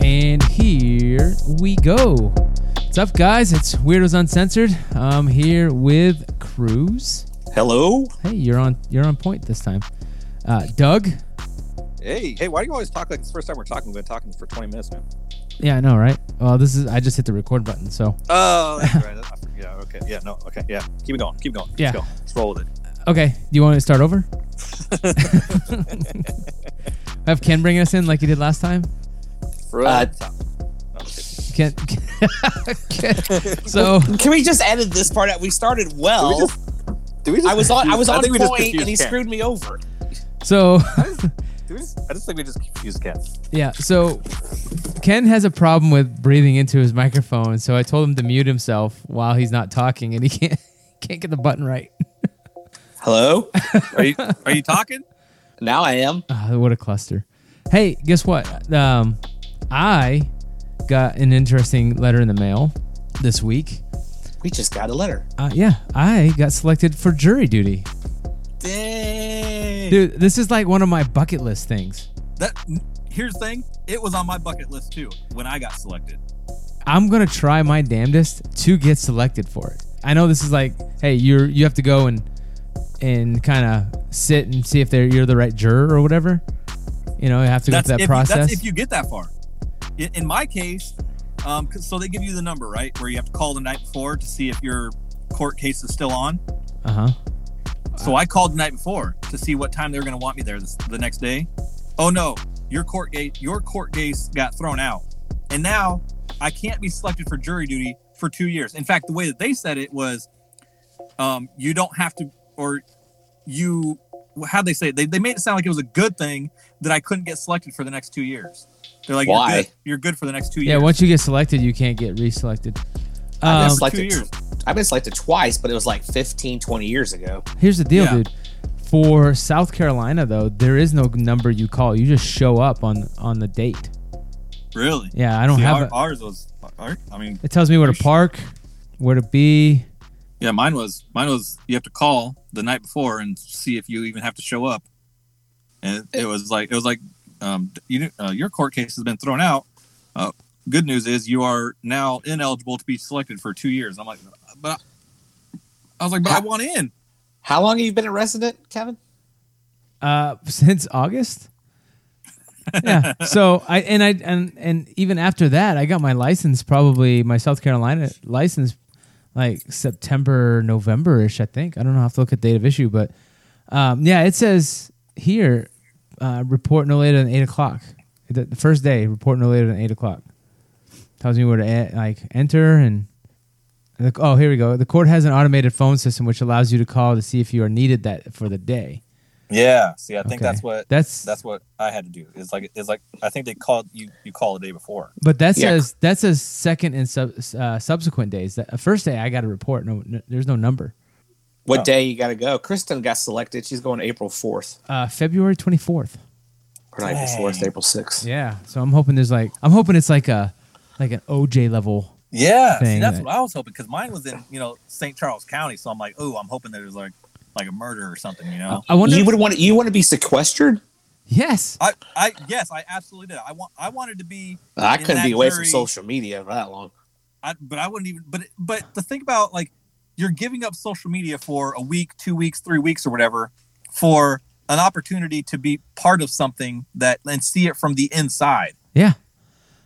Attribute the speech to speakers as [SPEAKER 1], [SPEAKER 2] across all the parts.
[SPEAKER 1] And here we go. What's up, guys? It's Weirdos Uncensored. I'm here with Cruz.
[SPEAKER 2] Hello.
[SPEAKER 1] Hey, you're on. You're on point this time. Uh, Doug.
[SPEAKER 2] Hey, hey, why do you always talk like it's the first time we're talking? We've been talking for 20 minutes, man.
[SPEAKER 1] Yeah, I know, right? Well, this is. I just hit the record button, so
[SPEAKER 2] Oh, that's right. I- yeah, okay. Yeah, no, okay. Yeah. Keep it going. Keep it going. Keep
[SPEAKER 1] Yeah.
[SPEAKER 2] it going. Let's roll with it.
[SPEAKER 1] okay. Do you want me to start over? Have Ken bring us in like he did last time.
[SPEAKER 2] From
[SPEAKER 3] Uh,
[SPEAKER 2] the top. No, I'm kidding.
[SPEAKER 1] Ken. Ken so
[SPEAKER 3] Can we just edit this part out? We started well.
[SPEAKER 2] Did we just- did we just
[SPEAKER 3] I was on I
[SPEAKER 2] confuse-
[SPEAKER 3] was on
[SPEAKER 2] think we just
[SPEAKER 3] point and he
[SPEAKER 2] confused Ken.
[SPEAKER 3] screwed me over.
[SPEAKER 1] so
[SPEAKER 2] Did we just- I just think we just confused Ken.
[SPEAKER 1] yeah. So Ken has a problem with breathing into his microphone, so I told him to mute himself while he's not talking, and he can't can't get the button right.
[SPEAKER 3] Hello?
[SPEAKER 2] Are you are you talking?
[SPEAKER 3] Now I am.
[SPEAKER 1] Ah, what a cluster. Hey, guess what? Um, I got an interesting letter in the mail this week.
[SPEAKER 3] We just got a letter.
[SPEAKER 1] Uh, yeah, I got selected for jury duty.
[SPEAKER 3] Dang.
[SPEAKER 1] Dude, this is like one of my bucket list things.
[SPEAKER 4] That here's the thing. It was on my bucket list too when I got selected.
[SPEAKER 1] I'm gonna try my damnedest to get selected for it. I know this is like, hey, you're you have to go and and kind of sit and see if they're you're the right juror or whatever. You know, you have to go
[SPEAKER 4] That's
[SPEAKER 1] through that
[SPEAKER 4] if,
[SPEAKER 1] process.
[SPEAKER 4] That's if you get that far. In, in my case, um, 'cause- so they give you the number right where you have to call the night before to see if your court case is still on.
[SPEAKER 1] uh huh.
[SPEAKER 4] So I called the night before to see what time they were going to want me there this, the next day. Oh no, your court gate, your court case got thrown out, and now I can't be selected for jury duty for two years. In fact, the way that they said it was, um, you don't have to, or you, how they say it? They, they made it sound like it was a good thing that I couldn't get selected for the next two years. They're like,
[SPEAKER 3] Why?
[SPEAKER 4] You're good, you're good for the next two
[SPEAKER 1] Yeah,
[SPEAKER 4] years.
[SPEAKER 1] once you get selected, you can't get reselected.
[SPEAKER 3] I've
[SPEAKER 1] Um,
[SPEAKER 3] been selected
[SPEAKER 4] two years.
[SPEAKER 3] I've been selected twice, but it was like 15, 20 years ago.
[SPEAKER 1] Here's the deal,
[SPEAKER 4] Yeah.
[SPEAKER 1] dude. For South Carolina, though, there is no number you call. You just show up on on the date.
[SPEAKER 4] Really?
[SPEAKER 1] Yeah, I don't
[SPEAKER 4] See,
[SPEAKER 1] have.
[SPEAKER 4] our-
[SPEAKER 1] A,
[SPEAKER 4] ours was. Our, I mean,
[SPEAKER 1] it tells me where to park, where to be.
[SPEAKER 4] Yeah, mine was mine was you have to call the night before and see if you even have to show up. And it was like it was like um, you didn't- uh, your court case has been thrown out. Uh, good news is you are now ineligible to be selected for two years. I'm like, but I, I was like, but I want in.
[SPEAKER 3] How long have you been a resident, Kevin?
[SPEAKER 1] Uh, since August. yeah. So I and I and and even after that, I got my license probably my South Carolina license like September November ish. I think I don't know. I have to look at date of issue, but um, yeah, it says here uh, report no later than eight o'clock. The, the first day report no later than eight o'clock. Tells me where to e- like enter and. and the- Oh, here we go. The court has an automated phone system which allows you to call to see if you are needed that for the day.
[SPEAKER 4] Yeah, see, I
[SPEAKER 1] Okay. that's
[SPEAKER 4] what I had to do. It's like it's like I think they called you you call the day before.
[SPEAKER 1] But that
[SPEAKER 3] Yeah.
[SPEAKER 1] says that says second and sub, uh, subsequent days. That first day I got a report. No, n there's no number.
[SPEAKER 3] What
[SPEAKER 4] Oh.
[SPEAKER 3] day you got to go? Kristen got selected. She's going April 4th.
[SPEAKER 1] Uh, February 24th.
[SPEAKER 3] Or not April 4th, April 6th.
[SPEAKER 1] Yeah. So I'm hoping there's like I'm hoping it's like a like an OJ level.
[SPEAKER 4] Yeah, see,
[SPEAKER 1] thing
[SPEAKER 4] that's
[SPEAKER 1] that-
[SPEAKER 4] what I was hoping because mine was in you know St. Charles County, so I'm like, oh, I'm hoping that there's like like a murder or something, you know.
[SPEAKER 1] I wonder.
[SPEAKER 3] Oh. You
[SPEAKER 1] if-
[SPEAKER 3] would want you want to be sequestered?
[SPEAKER 1] yes.
[SPEAKER 4] I, I yes, I absolutely did. I want I wanted to be,
[SPEAKER 3] I
[SPEAKER 4] In
[SPEAKER 3] couldn't
[SPEAKER 4] that
[SPEAKER 3] be away from
[SPEAKER 4] jury-
[SPEAKER 3] social media for that long.
[SPEAKER 4] I, but I wouldn't even. But but the thing about like you're giving up social media for a week, two weeks, three weeks, or whatever, for an opportunity to be part of something that and see it from the inside.
[SPEAKER 1] Yeah.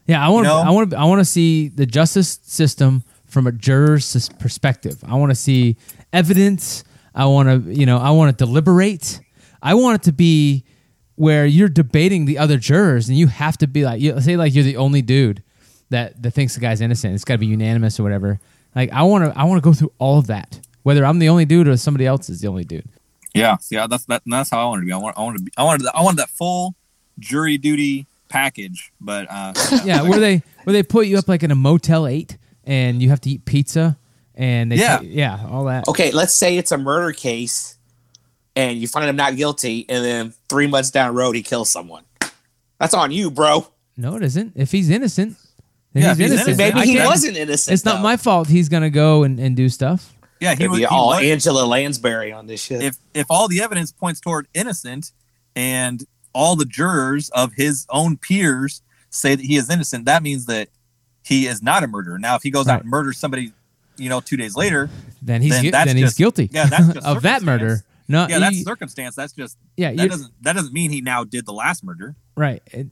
[SPEAKER 1] Yeah. I want. to
[SPEAKER 4] know?
[SPEAKER 1] I want. to. I want to see the justice system from a juror's s- perspective. I want to see evidence. I want to. You know. I want to deliberate. I want it to be where you're debating the other jurors, and you have to be like, you, say, like you're the only dude that that thinks the guy's innocent. It's got to be unanimous or whatever. Like I want to. I want to go through all of that, whether I'm the only dude or somebody else is the only dude.
[SPEAKER 4] Yeah, see, I- that's that, that's how I wanted to be. I want I wanted to be. I wanted that, I wanted that full jury duty package, but uh,
[SPEAKER 1] yeah, where they where they put you up like in a Motel Eight, and you have to eat pizza, and they
[SPEAKER 4] Yeah. Oh.
[SPEAKER 1] tell you- yeah, all that.
[SPEAKER 3] okay, let's say it's a murder case and you find him not guilty, and then three months down the road, he kills someone. That's on you, bro.
[SPEAKER 1] No, it isn't. If he's innocent, then
[SPEAKER 4] Yeah,
[SPEAKER 1] he's
[SPEAKER 4] if he's
[SPEAKER 1] innocent.
[SPEAKER 4] innocent,
[SPEAKER 3] Maybe
[SPEAKER 1] I
[SPEAKER 3] he
[SPEAKER 1] can't-
[SPEAKER 3] wasn't innocent.
[SPEAKER 1] It's not
[SPEAKER 3] though.
[SPEAKER 1] my fault. He's gonna go and, and do stuff.
[SPEAKER 4] Yeah, he
[SPEAKER 3] It'd
[SPEAKER 4] was.
[SPEAKER 3] be
[SPEAKER 4] he
[SPEAKER 3] all
[SPEAKER 4] was-
[SPEAKER 3] Angela Lansbury on this shit.
[SPEAKER 4] if if all the evidence points toward innocent, and all the jurors of his own peers say that he is innocent, that means that he is not a murderer. Now, if he goes out
[SPEAKER 1] Right.
[SPEAKER 4] and murders somebody, you know, two days later,
[SPEAKER 1] Then he's
[SPEAKER 4] Then
[SPEAKER 1] gui-
[SPEAKER 4] that's
[SPEAKER 1] then he's
[SPEAKER 4] just-
[SPEAKER 1] guilty.
[SPEAKER 4] yeah, that's just
[SPEAKER 1] of that
[SPEAKER 4] circumstance.
[SPEAKER 1] murder. No,
[SPEAKER 4] yeah, that's
[SPEAKER 1] you-
[SPEAKER 4] circumstance. That's just
[SPEAKER 1] Uh, yeah,
[SPEAKER 4] that
[SPEAKER 1] you-
[SPEAKER 4] doesn't that doesn't mean he now did the last murder.
[SPEAKER 1] right. It-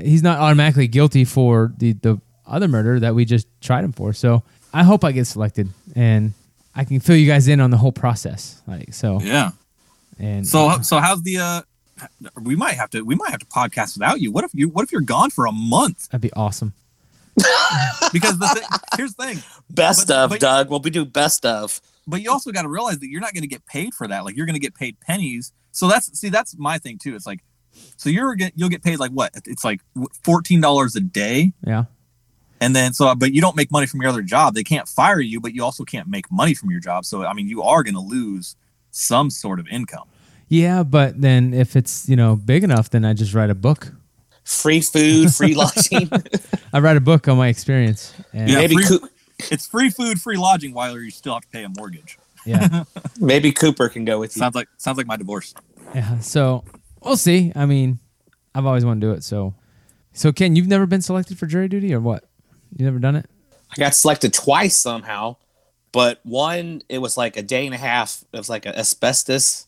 [SPEAKER 1] he's not automatically guilty for the the other murder that we just tried him for. So I hope I get selected and I can fill you guys in on the whole process. Like so,
[SPEAKER 4] Yeah.
[SPEAKER 1] and
[SPEAKER 4] So so how's the uh we might have to we might have to podcast without you. What if you what if you're gone for a month?
[SPEAKER 1] that'd be awesome.
[SPEAKER 4] Because the thing, here's the thing.
[SPEAKER 3] best
[SPEAKER 4] but-
[SPEAKER 3] of,
[SPEAKER 4] but-
[SPEAKER 3] Doug. Well, we do best of.
[SPEAKER 4] but you also got to realize that you're not going to get paid for that. Like you're going to get paid pennies. So that's see, that's my thing too. It's like, so you're get, you'll get paid like what? It's like fourteen dollars a day,
[SPEAKER 1] Yeah,
[SPEAKER 4] and then so but you don't make money from your other job. They can't fire you, but you also can't make money from your job. So I mean, you are going to lose some sort of income.
[SPEAKER 1] yeah, but then if it's you know big enough, then I just write a book.
[SPEAKER 3] Free food, free lodging.
[SPEAKER 1] I write a book on my experience. And
[SPEAKER 4] Yeah,
[SPEAKER 3] maybe
[SPEAKER 4] free-
[SPEAKER 3] Coop,
[SPEAKER 4] It's free food, free lodging, while you still have to pay a mortgage.
[SPEAKER 1] yeah,
[SPEAKER 3] maybe Cooper can go with you.
[SPEAKER 4] Sounds like sounds like my divorce.
[SPEAKER 1] yeah. So we'll see. I mean, I've always wanted to do it. So, so Ken, you've never been selected for jury duty or what? You never done it?
[SPEAKER 3] I got selected twice somehow, but one it was like a day and a half. It was like an asbestos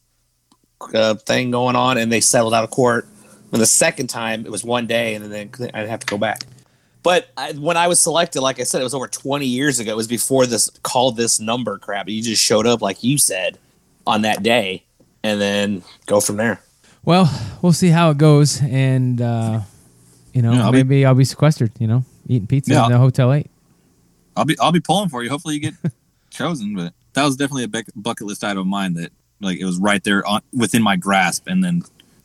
[SPEAKER 3] uh, thing going on, and they settled out of court. And the second time it was one day, and then I'd have to go back. But I, when I was selected, like I said, it was over 20 years ago. It was before this call this number crap. You just showed up, like you said, on that day, and then go from there.
[SPEAKER 1] Well, we'll see how it goes, and uh, you know,
[SPEAKER 4] Yeah, I'll be-
[SPEAKER 1] maybe I'll be sequestered. You know, eating pizza
[SPEAKER 4] Yeah.
[SPEAKER 1] in the hotel eight.
[SPEAKER 4] I'll be I'll be pulling for you. Hopefully you get chosen. But that was definitely a bec- bucket list item of mine that like it was right there on, within my grasp and then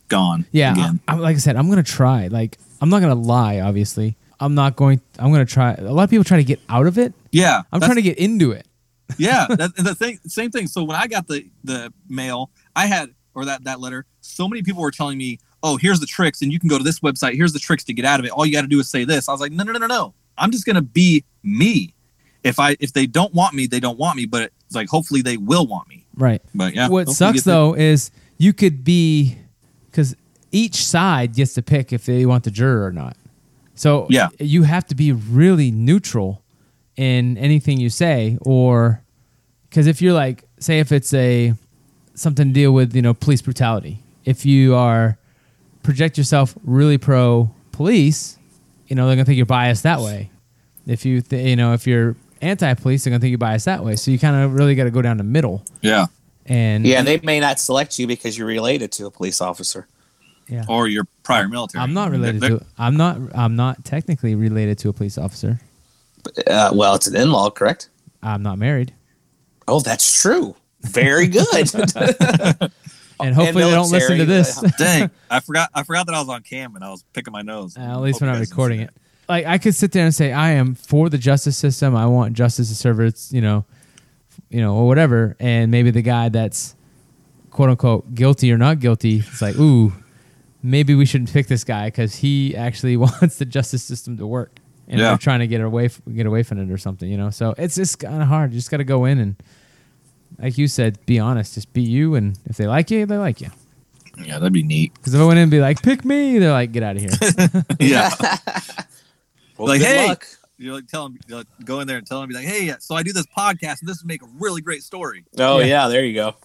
[SPEAKER 4] gone.
[SPEAKER 1] Yeah,
[SPEAKER 4] again.
[SPEAKER 1] I, I- like I said, I'm gonna try. Like, I'm not gonna lie. Obviously, I'm not going. I'm gonna try. A lot of people try to get out of it.
[SPEAKER 4] yeah.
[SPEAKER 1] I'm trying to get into it.
[SPEAKER 4] yeah. That, the thing, same thing. So when I got the the mail, I had or that that letter. So many people were telling me, "Oh, here's the tricks, and you can go to this website. Here's the tricks to get out of it. All you got to do is say this." I was like, "No, no, no, no, no. I'm just gonna be me. If I if they don't want me, they don't want me. But it's like hopefully they will want me.
[SPEAKER 1] Right.
[SPEAKER 4] But yeah.
[SPEAKER 1] what
[SPEAKER 4] hopefully
[SPEAKER 1] sucks
[SPEAKER 4] get the-
[SPEAKER 1] though is you could be because each side gets to pick if they want the juror or not. So
[SPEAKER 4] Yeah.
[SPEAKER 1] you have to be really neutral in anything you say, or because if you're like, say, if it's a something to deal with, you know, police brutality. If you are project yourself really pro police, you know, they're gonna think you're biased that way. If you, th- you know, if you're anti police, they're gonna think you're biased that way. So you kind of really got to go down the middle.
[SPEAKER 4] Yeah.
[SPEAKER 1] And
[SPEAKER 3] Yeah, they may not select you because you're related to a police officer.
[SPEAKER 1] yeah.
[SPEAKER 4] or your prior military.
[SPEAKER 1] I'm not related
[SPEAKER 4] They're-
[SPEAKER 1] to. I'm not. I'm not technically related to a police officer.
[SPEAKER 3] Uh, well, it's an in-law, correct?
[SPEAKER 1] I'm not married,
[SPEAKER 3] Oh, that's true. Very good.
[SPEAKER 1] and hopefully they don't listen to
[SPEAKER 4] uh,
[SPEAKER 1] this.
[SPEAKER 3] military,
[SPEAKER 4] Dang, I forgot. I forgot that I was on cam and I was picking my nose.
[SPEAKER 1] Uh, at least we're not
[SPEAKER 4] Hope you guys didn't
[SPEAKER 1] recording
[SPEAKER 4] see
[SPEAKER 1] it. Like I could sit there and say I am for the justice system. I want justice to serve its, you know, you know, or whatever. And maybe the guy that's quote unquote guilty or not guilty, it's like, ooh, maybe we shouldn't pick this guy because he actually wants the justice system to work, and
[SPEAKER 4] Yeah.
[SPEAKER 1] we're trying to get away f- get away from it or something, you know. So it's just kind of hard. You just got to go in and, like you said, be honest. Just be you, and if they like you, they like you.
[SPEAKER 4] that. Yeah, that'd be neat.
[SPEAKER 1] Because if I went in and be like, pick me, they're like, get out of here.
[SPEAKER 4] yeah,
[SPEAKER 3] Well,
[SPEAKER 4] Like,
[SPEAKER 3] good
[SPEAKER 4] hey.
[SPEAKER 3] luck.
[SPEAKER 4] you like tell him, like, go in there and tell him, be like, hey, so I do this podcast and this would make a really great story.
[SPEAKER 3] Oh
[SPEAKER 1] Yeah.
[SPEAKER 3] yeah. there you go.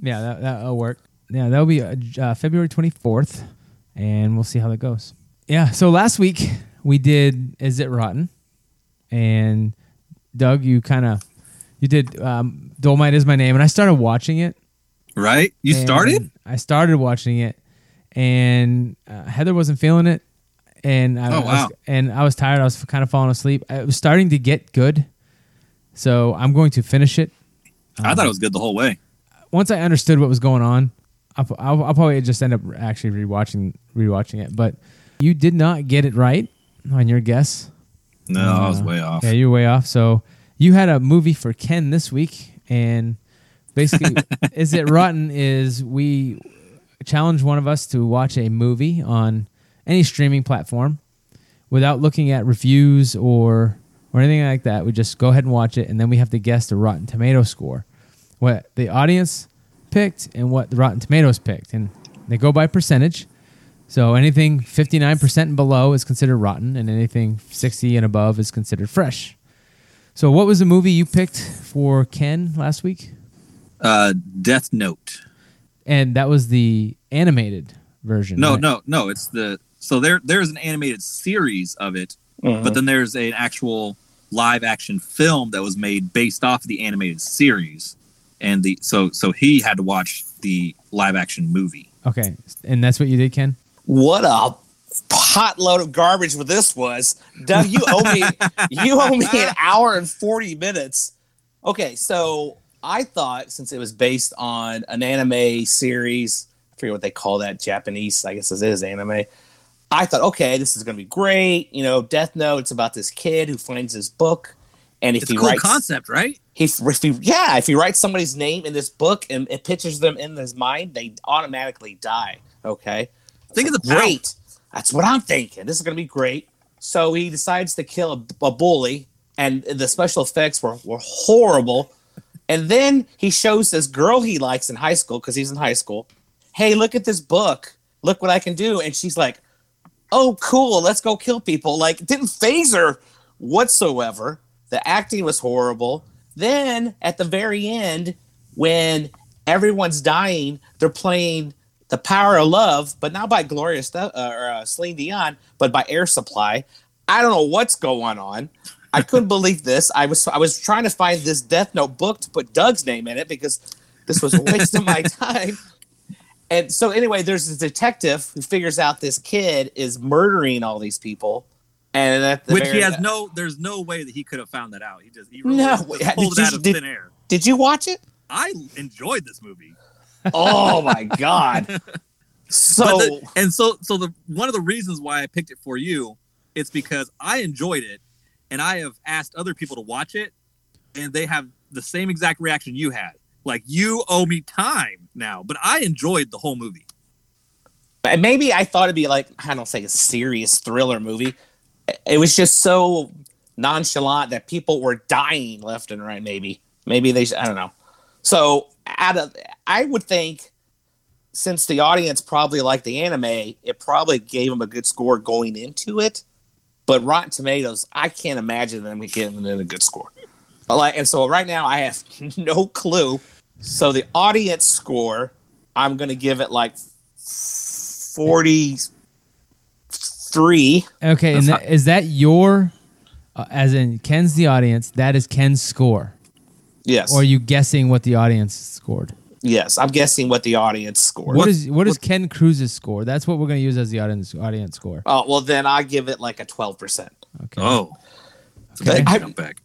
[SPEAKER 1] Yeah, that, that'll work. Yeah, that'll be uh, J- uh, February 24th, and we'll see how that goes. Yeah, so last week we did Is It Rotten? And Doug, you kind of, you did um, Dolmite Is My Name, and I started watching it.
[SPEAKER 4] Right? You
[SPEAKER 1] and
[SPEAKER 4] started?
[SPEAKER 1] I started watching it, and uh, Heather wasn't feeling it, and I, I
[SPEAKER 4] Oh,
[SPEAKER 1] was-
[SPEAKER 4] wow.
[SPEAKER 1] and I was tired. I was kind of falling asleep. I- It was starting to get good, so I'm going to finish it
[SPEAKER 4] I
[SPEAKER 1] Um,
[SPEAKER 4] thought it was good the whole way.
[SPEAKER 1] once I understood what was going on, I'll, I'll, I'll probably just end up actually rewatching rewatching it. But you did not get it right on your guess.
[SPEAKER 4] No, I was way off.
[SPEAKER 1] uh, Yeah, you're way off. So you had a movie for Ken this week, and basically, is it rotten? Is we challenge one of us to watch a movie on any streaming platform without looking at reviews or or anything like that. We just go ahead and watch it, and then we have to guess the Rotten Tomato score. what the audience picked and what the Rotten Tomatoes picked, and they go by percentage. So anything 59% and below is considered rotten, and anything 60 and above is considered fresh. So what was the movie you picked for Ken last week?
[SPEAKER 4] Uh, Death Note.
[SPEAKER 1] And that was the animated version.
[SPEAKER 4] No,
[SPEAKER 1] right?
[SPEAKER 4] no, no. It's the so there there's an animated series of it,
[SPEAKER 3] Mm-hmm.
[SPEAKER 4] but then there's an actual live action film that was made based off the animated series, and the so so he had to watch the live action movie.
[SPEAKER 1] Okay, and that's what you did, Ken.
[SPEAKER 3] What a pot load of garbage with this was. Doug, you owe me you owe me an hour and 40 minutes. Okay, so I thought since it was based on an anime series, I forget what they call that, Japanese, I guess it is anime. I thought, okay, this is gonna be great. You know, Death Note, it's about this kid who finds his book and if
[SPEAKER 4] It's
[SPEAKER 3] he
[SPEAKER 4] a cool
[SPEAKER 3] writes
[SPEAKER 4] concept, right?
[SPEAKER 3] he, if he yeah if he writes somebody's name in this book and it pictures them in his mind they automatically die okay
[SPEAKER 4] Think of the power.
[SPEAKER 3] great that's what i'm thinking this is going to be great so he decides to kill a, a bully and the special effects were, were horrible and then he shows this girl he likes in high school because he's in high school hey look at this book look what i can do and she's like oh cool let's go kill people like it didn't phase her whatsoever the acting was horrible then at the very end when everyone's dying they're playing the power of love but not by gloria Ste- uh, or uh, celine dion but by air supply i don't know what's going on i couldn't believe this i was i was trying to find this death note book to put doug's name in it because this was a waste of my time and so anyway, there's this detective who figures out this kid is murdering all these people, and at the
[SPEAKER 4] Which he
[SPEAKER 3] very-
[SPEAKER 4] has no. There's no way that he could have found that out. He just he
[SPEAKER 3] No,
[SPEAKER 4] just
[SPEAKER 3] yeah,
[SPEAKER 4] pulled
[SPEAKER 3] did
[SPEAKER 4] it
[SPEAKER 3] you-
[SPEAKER 4] out of
[SPEAKER 3] did-
[SPEAKER 4] thin air.
[SPEAKER 3] Did you watch it?
[SPEAKER 4] I enjoyed this movie.
[SPEAKER 3] Oh my god! So
[SPEAKER 4] But the- and so so the one of the reasons why I picked it for you, it's because I enjoyed it, and I have asked other people to watch it, and they have the same exact reaction you had. Like you owe me time now, but I enjoyed the whole movie.
[SPEAKER 3] and maybe I thought it'd be like I don't say a serious thriller movie. It was just so nonchalant that people were dying left and right. Maybe, maybe they. Should, I don't know. So out of, I would think, since the audience probably liked the anime, it probably gave them a good score going into it. But Rotten Tomatoes, I can't imagine them giving it a good score. But like, and so right now I have no clue. So the audience score, I'm gonna give it like forty-three.
[SPEAKER 1] Okay, and
[SPEAKER 4] That's
[SPEAKER 1] that, is that your, uh, as in Ken's the audience? That is Ken's score,
[SPEAKER 3] Yes.
[SPEAKER 1] or are you guessing what the audience scored?
[SPEAKER 3] yes. I'm guessing what the audience scored.
[SPEAKER 1] what is what is Ken Cruz's score? That's what we're gonna use as the audience audience score.
[SPEAKER 3] Oh well, then I give it like a twelve percent.
[SPEAKER 1] Okay,
[SPEAKER 4] Oh,
[SPEAKER 1] Okay.
[SPEAKER 3] I-
[SPEAKER 4] jump back.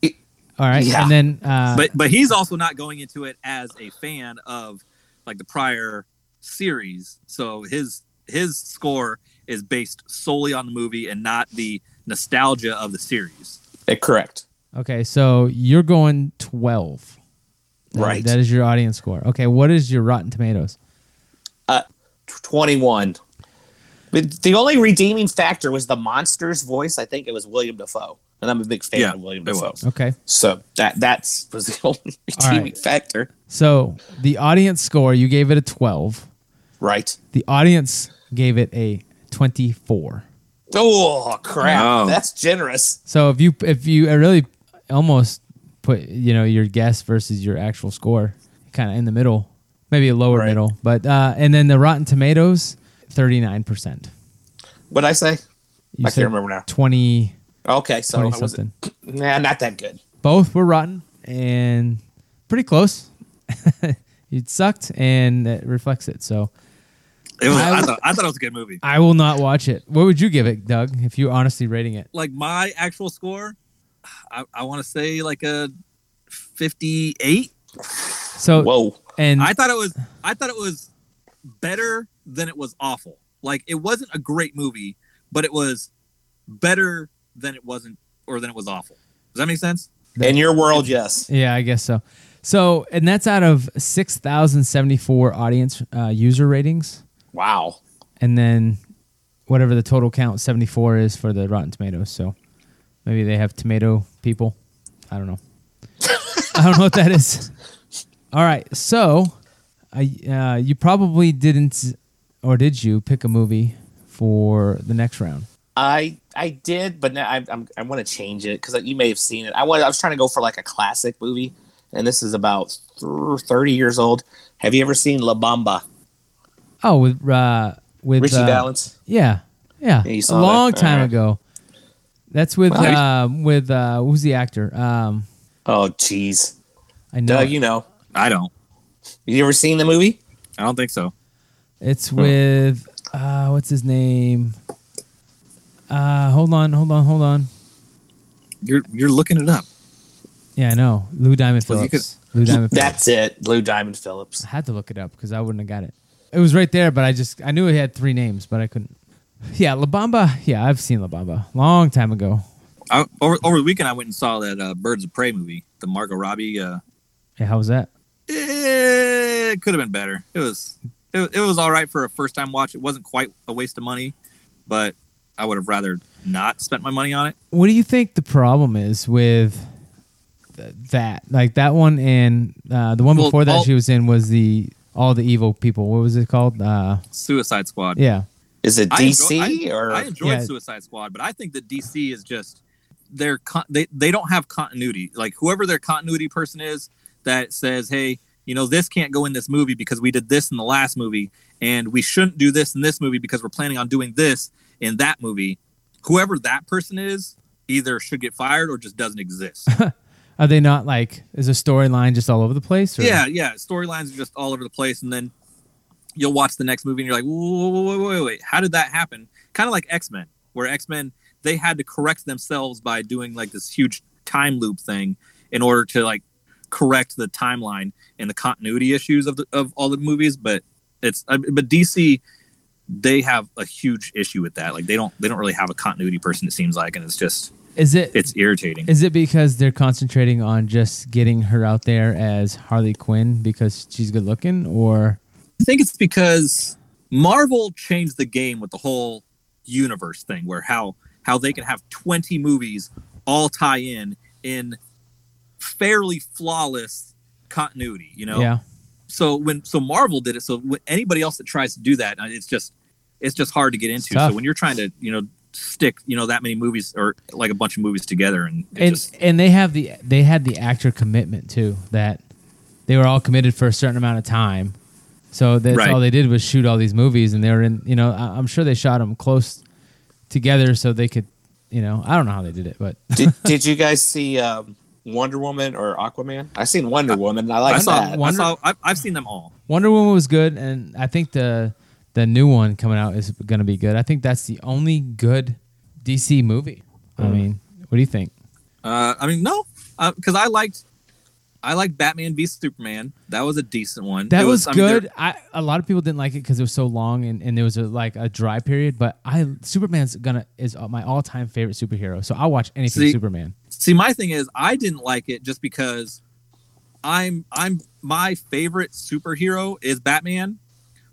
[SPEAKER 1] all right,
[SPEAKER 3] yeah.
[SPEAKER 1] and then uh,
[SPEAKER 4] But but he's also not going into it as a fan of like the prior series. So his his score is based solely on the movie and not the nostalgia of the series.
[SPEAKER 3] Eh, correct.
[SPEAKER 1] okay, so you're going twelve. That-
[SPEAKER 3] Right.
[SPEAKER 1] that is your audience score. Okay, what is your Rotten Tomatoes?
[SPEAKER 3] Twenty-one. But the only redeeming factor was the monster's voice. I think it was William Defoe, and I'm a big fan
[SPEAKER 4] Yeah,
[SPEAKER 3] of William
[SPEAKER 4] it
[SPEAKER 3] Defoe.
[SPEAKER 4] was.
[SPEAKER 1] Okay,
[SPEAKER 3] So that that's was the only
[SPEAKER 1] All
[SPEAKER 3] redeeming
[SPEAKER 1] right.
[SPEAKER 3] factor.
[SPEAKER 1] so the audience score you gave it a twelve.
[SPEAKER 3] Right.
[SPEAKER 1] The audience gave it a twenty-four.
[SPEAKER 3] Oh crap!
[SPEAKER 4] Wow.
[SPEAKER 3] That's generous.
[SPEAKER 1] So if you if you I really almost put you know your guess versus your actual score kind of in the middle, maybe a lower
[SPEAKER 3] Right.
[SPEAKER 1] middle, but uh, and then the Rotten Tomatoes thirty nine percent.
[SPEAKER 3] What would I say?
[SPEAKER 1] You
[SPEAKER 3] I can't remember now.
[SPEAKER 1] Twenty
[SPEAKER 3] Okay, so I
[SPEAKER 1] 20
[SPEAKER 3] was
[SPEAKER 1] something.
[SPEAKER 3] nah, not that good.
[SPEAKER 1] Both were rotten and pretty close. it sucked and it reflects it. So
[SPEAKER 4] It was,
[SPEAKER 1] I-
[SPEAKER 4] I, thought, I thought it was a good movie.
[SPEAKER 1] I will not watch it. What would you give it, Doug, if you're honestly rating it?
[SPEAKER 4] Like my actual score, I, I want to say like a 58.
[SPEAKER 1] So
[SPEAKER 3] Whoa.
[SPEAKER 1] and
[SPEAKER 4] I thought it was I thought it was better than it was awful. Like it wasn't a great movie, but it was better than it wasn't or than it was awful. Does that make sense?
[SPEAKER 3] In your world, yes.
[SPEAKER 1] Yeah, I guess so. So, and that's out of 6,074 audience uh, user ratings.
[SPEAKER 3] Wow.
[SPEAKER 1] And then whatever the total count, 74 is for the Rotten Tomatoes. So maybe they have tomato people. I don't know. I don't know what that is. All right. So, I uh, you probably didn't, or did you pick a movie for the next round?
[SPEAKER 3] I I did, but now I, I'm I want to change it because you may have seen it. I want I was trying to go for like a classic movie, and this is about th- thirty years old. Have you ever seen La Bamba?
[SPEAKER 1] Oh, with uh, with
[SPEAKER 3] Richie
[SPEAKER 1] uh,
[SPEAKER 3] Valens.
[SPEAKER 1] Yeah, yeah.
[SPEAKER 3] Yeah, you
[SPEAKER 1] a
[SPEAKER 3] saw
[SPEAKER 1] long
[SPEAKER 3] that.
[SPEAKER 1] time
[SPEAKER 3] Alright.
[SPEAKER 1] ago. That's with
[SPEAKER 3] Well,
[SPEAKER 1] uh, with uh, who's the actor? Um,
[SPEAKER 3] Oh, jeez,
[SPEAKER 1] I know
[SPEAKER 3] Doug, you know.
[SPEAKER 4] I don't.
[SPEAKER 3] You ever seen the movie?
[SPEAKER 4] I don't think so.
[SPEAKER 1] it's with uh, what's his name? Uh, hold on, hold on, hold on.
[SPEAKER 4] You're you're looking it up.
[SPEAKER 1] Yeah, I know Lou Diamond
[SPEAKER 4] Well, you
[SPEAKER 1] Phillips. Lou Diamond Phillips.
[SPEAKER 3] That's it. Blue Diamond Phillips.
[SPEAKER 1] I had to look it up because I wouldn't have got it. It was right there, but I just I knew it had three names, but I couldn't. Yeah, La Bamba. Yeah, I've seen La Bamba long time ago.
[SPEAKER 4] I, over over the weekend, I went and saw that uh, Birds of Prey movie, the Margot Robbie. Uh,
[SPEAKER 1] Yeah, how was that?
[SPEAKER 4] Eh, it could have been better. It was it, it was all right for a first time watch. It wasn't quite a waste of money, but I would have rather not spent my money on it.
[SPEAKER 1] What do you think the problem is with th- that? Like that one and uh, the one
[SPEAKER 4] Well,
[SPEAKER 1] before that
[SPEAKER 4] all-
[SPEAKER 1] she was in was the All the Evil People. What was it called? Uh,
[SPEAKER 4] Suicide Squad.
[SPEAKER 1] yeah,
[SPEAKER 3] Is it
[SPEAKER 4] I
[SPEAKER 3] DC
[SPEAKER 4] enjoy-
[SPEAKER 3] or
[SPEAKER 4] I enjoyed
[SPEAKER 1] Yeah.
[SPEAKER 4] Suicide Squad, but I think that DC is just they're con- they they don't have continuity. Like whoever their continuity person is that says, "Hey, you know, this can't go in this movie because we did this in the last movie, and we shouldn't do this in this movie because we're planning on doing this in that movie." Whoever that person is, either should get fired or just doesn't exist.
[SPEAKER 1] are they not like is a storyline just all over the place? Or?
[SPEAKER 4] Yeah, yeah. Storylines are just all over the place, and then you'll watch the next movie and you're like, whoa, whoa, whoa, whoa, wait, wait, how did that happen? Kind of like X Men, where X Men they had to correct themselves by doing like this huge time loop thing in order to like correct the timeline and the continuity issues of the, of all the movies. But it's I- but DC they have a huge issue with that. Like they don't they don't really have a continuity person. It seems like, and it's just
[SPEAKER 1] is it
[SPEAKER 4] it's irritating.
[SPEAKER 1] Is it because they're concentrating on just getting her out there as Harley Quinn because she's good looking, or
[SPEAKER 4] I think it's because Marvel changed the game with the whole universe thing, where how how they can have twenty movies all tie in in fairly flawless continuity. You know,
[SPEAKER 1] yeah?
[SPEAKER 4] so when so Marvel did it, so when anybody else that tries to do that, uh, it's just it's just hard to get into. So
[SPEAKER 1] tough.
[SPEAKER 4] when you're trying to you know stick you know that many movies or like a bunch of movies together, and it
[SPEAKER 1] And
[SPEAKER 4] just
[SPEAKER 1] and they have the they had the actor commitment too that they were all committed for a certain amount of time, so that's
[SPEAKER 4] Right.
[SPEAKER 1] all they did was shoot all these movies, and they were in you know I, I'm sure they shot them close together so they could you know I don't know how they did it, but
[SPEAKER 3] did, did you guys see um, Wonder Woman or Aquaman? I seen Wonder Woman. and I like
[SPEAKER 4] I saw,
[SPEAKER 3] that.
[SPEAKER 4] I
[SPEAKER 1] Wonder-
[SPEAKER 4] saw I've, I've seen them all.
[SPEAKER 1] Wonder Woman was good, and I think the the new one coming out is gonna be good. I think that's the only good DC movie. I mean, what do you think?
[SPEAKER 4] Uh, I mean, no, because I liked, I liked Batman v Superman. That was a decent one.
[SPEAKER 1] That
[SPEAKER 4] It
[SPEAKER 1] was,
[SPEAKER 4] I mean,
[SPEAKER 1] good.
[SPEAKER 4] there-
[SPEAKER 1] I a lot of people didn't like it because it was so long and, and there was a, like a dry period. But I Superman's gonna is my all time favorite superhero, so I'll watch anything
[SPEAKER 4] See-
[SPEAKER 1] Superman.
[SPEAKER 4] See, my thing is, I didn't like it just because I'm, I'm, my favorite superhero is Batman,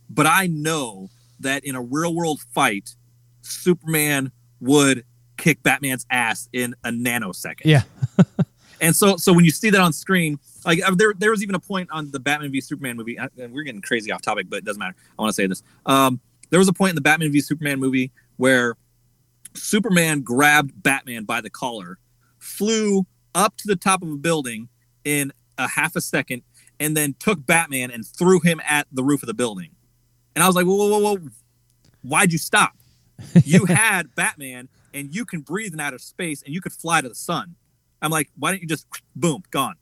[SPEAKER 4] but I know that in a real world fight, Superman would kick Batman's ass in a nanosecond.
[SPEAKER 1] Yeah,
[SPEAKER 4] And so, so when you see that on screen, like uh, there, there was even a point on the Batman v Superman movie. uh, and We're getting crazy off topic, but it doesn't matter. I want to say this. Um, there was a point in the Batman v Superman movie where Superman grabbed Batman by the collar, flew up to the top of a building in a half a second, and then took Batman and threw him at the roof of the building. And I was like, whoa, whoa, whoa, whoa. why'd you stop? You had Batman, and you can breathe in outer space, and you could fly to the sun. I'm like, why don't you just boom, gone,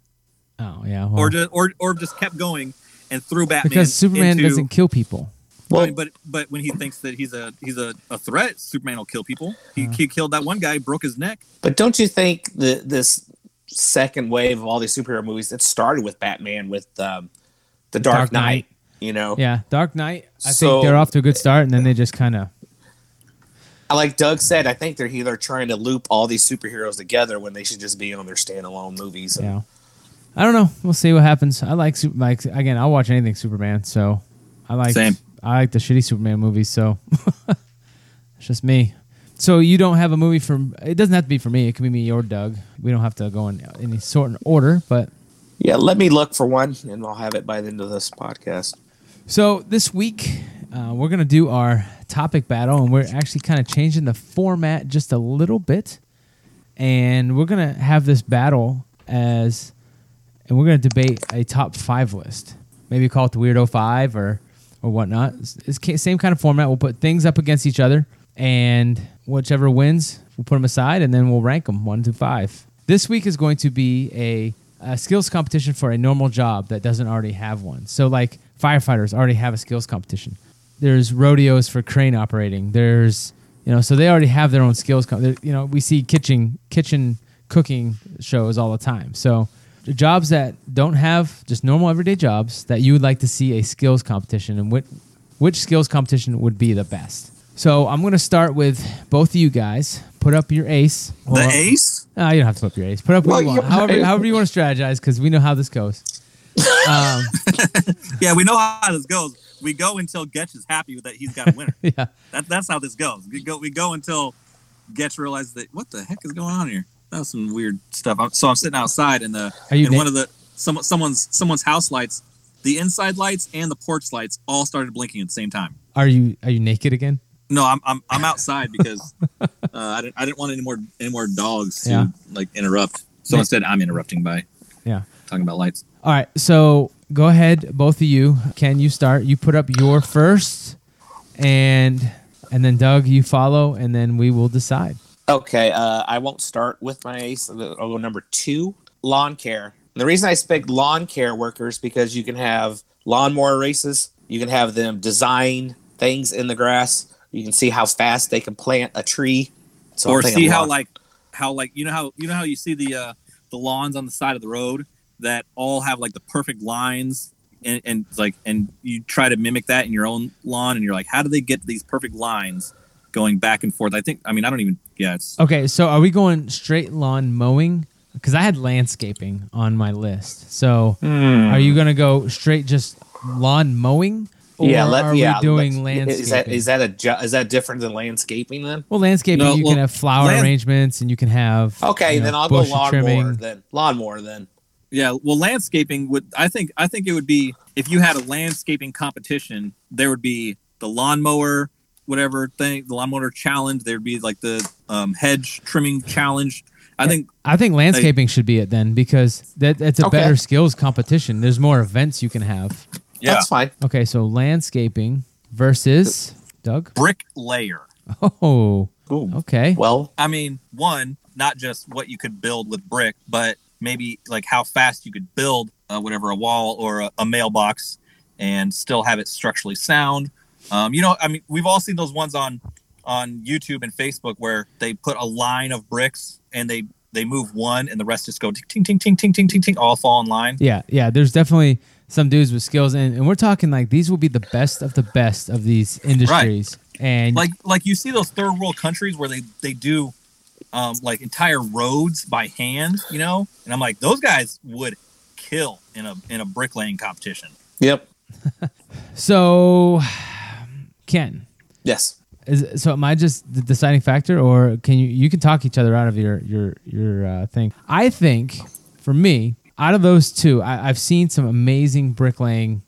[SPEAKER 1] oh yeah, well,
[SPEAKER 4] or just or or just kept going and threw Batman
[SPEAKER 1] because Superman
[SPEAKER 4] into,
[SPEAKER 1] doesn't kill people.
[SPEAKER 4] I mean, but but when he thinks that he's a he's a, a threat, Superman will kill people. He, he killed that one guy, broke his neck.
[SPEAKER 3] But don't you think that this second wave of all these superhero movies it started with Batman with um, the Dark,
[SPEAKER 1] Dark Knight.
[SPEAKER 3] Knight, You know,
[SPEAKER 1] Yeah, Dark Knight. I
[SPEAKER 3] So-
[SPEAKER 1] think they're off to a good start, and then they just kind of
[SPEAKER 3] I- like Doug said, I think they're either trying to loop all these superheroes together when they should just be on their standalone movies.
[SPEAKER 1] you know. I don't know. We'll see what happens. I like Super like again. I'll watch anything Superman. So I like
[SPEAKER 4] Same.
[SPEAKER 1] I like the shitty Superman movies. So it's just me. So you don't have a movie for it doesn't have to be for me. It can be me or Doug. We don't have to go in any sort of order, but
[SPEAKER 3] Yeah, let me look for one, and I'll have it by the end of this podcast.
[SPEAKER 1] So this week uh, we're gonna do our topic battle, and we're actually kind of changing the format just a little bit, and we're gonna have this battle as, and we're gonna debate a top five list. Maybe call it the Weirdo Five or or whatnot. It's, it's ca- same kind of format. We'll put things up against each other, and whichever wins, we'll put them aside, and then we'll rank them one to five. This week is going to be a, a skills competition for a normal job that doesn't already have one. So, like firefighters already have a skills competition. There's rodeos for crane operating. There's you know, so they already have their own skills. Com- there- you know, we see kitchen kitchen cooking shows all the time. So the jobs that don't have just normal everyday jobs that you would like to see a skills competition and which, which skills competition would be the best. So I'm going to start with both of you guys. Put up your ace.
[SPEAKER 4] the
[SPEAKER 1] Hold on.
[SPEAKER 4] ace?
[SPEAKER 1] Ah, you don't have to put up your ace. Put up what
[SPEAKER 3] Well,
[SPEAKER 1] you want.
[SPEAKER 3] you-
[SPEAKER 1] However, however you want to strategize, because we know how this goes. Um,
[SPEAKER 4] Yeah, we know how this goes. We go until Getch is happy with that he's got a winner.
[SPEAKER 1] yeah.
[SPEAKER 4] that, that's how this goes. We go we go until Getch realizes that what the heck is going on here. That was some weird stuff. I'm, so I'm sitting outside and the
[SPEAKER 1] Are you
[SPEAKER 4] and
[SPEAKER 1] na-
[SPEAKER 4] one of the some, someone's someone's house lights, the inside lights and the porch lights all started blinking at the same time.
[SPEAKER 1] Are you are you naked again?
[SPEAKER 4] No, I'm I'm, I'm outside because uh, I didn't I didn't want any more any more dogs to
[SPEAKER 1] Yeah.
[SPEAKER 4] like interrupt. So
[SPEAKER 1] Yeah.
[SPEAKER 4] instead, I'm interrupting by
[SPEAKER 1] Yeah.
[SPEAKER 4] talking about lights.
[SPEAKER 1] All right. So go ahead, both of you. Can you start? You put up your first, and and then Doug, you follow, and then we will decide.
[SPEAKER 3] Okay, uh, I won't start with my ace. I'll go number two, lawn care. The reason I picked lawn care workers because you can have lawnmower races. You can have them design things in the grass. You can see how fast they can plant a tree. So I'm
[SPEAKER 4] or
[SPEAKER 3] thinking
[SPEAKER 4] see how
[SPEAKER 3] lawn-
[SPEAKER 4] like how like you know how you know how you see the uh the lawns on the side of the road that all have like the perfect lines and, and like and you try to mimic that in your own lawn and you're like how do they get these perfect lines going back and forth i think i mean i don't even yeah it's
[SPEAKER 1] Okay. So are we going straight lawn mowing? Because I had landscaping on my list. So are you gonna go straight just lawn mowing? Or
[SPEAKER 3] yeah, let,
[SPEAKER 1] are
[SPEAKER 3] yeah,
[SPEAKER 1] we doing
[SPEAKER 3] let-
[SPEAKER 1] landscaping?
[SPEAKER 3] Is that is that a ju- is that different than landscaping then?
[SPEAKER 1] Well, landscaping,
[SPEAKER 4] No,
[SPEAKER 1] you
[SPEAKER 4] well,
[SPEAKER 1] can have flower
[SPEAKER 4] land-
[SPEAKER 1] arrangements, and you can have
[SPEAKER 3] Okay,
[SPEAKER 1] you know,
[SPEAKER 3] then I'll
[SPEAKER 1] bush
[SPEAKER 3] go lawnmower
[SPEAKER 1] trimming.
[SPEAKER 3] then. Lawnmower then.
[SPEAKER 4] yeah well landscaping would i think i think it would be if you had a landscaping competition there would be the lawnmower whatever thing the lawnmower challenge there'd be like the um, hedge trimming challenge i think
[SPEAKER 1] I think landscaping should be it then because that that's a
[SPEAKER 3] Okay.
[SPEAKER 1] better skills competition. There's more events you can have.
[SPEAKER 4] Yeah.
[SPEAKER 3] That's fine.
[SPEAKER 1] Okay, so landscaping versus Doug.
[SPEAKER 4] brick layer
[SPEAKER 1] Oh,
[SPEAKER 3] Ooh.
[SPEAKER 1] okay.
[SPEAKER 3] Well,
[SPEAKER 4] I mean, one, not just what you could build with brick, but maybe like how fast you could build uh, whatever a wall or a, a mailbox and still have it structurally sound. Um, you know, I mean, we've all seen those ones on on YouTube and Facebook where they put a line of bricks and they they move one and the rest just go ting ting ting ting ting ting ting all fall in line.
[SPEAKER 1] Yeah, yeah. There's definitely some dudes with skills, and, and we're talking like these will be the best of the best of these industries. And
[SPEAKER 4] like like you see those third world countries where they they do um like entire roads by hand you know and i'm like those guys would kill in a in a bricklaying competition
[SPEAKER 3] yep.
[SPEAKER 1] so, Ken,
[SPEAKER 3] Yes.
[SPEAKER 1] is it- so am I just the deciding factor, or can you you can talk each other out of your your your uh, thing? I think for me, out of those two, I, I've seen some amazing bricklaying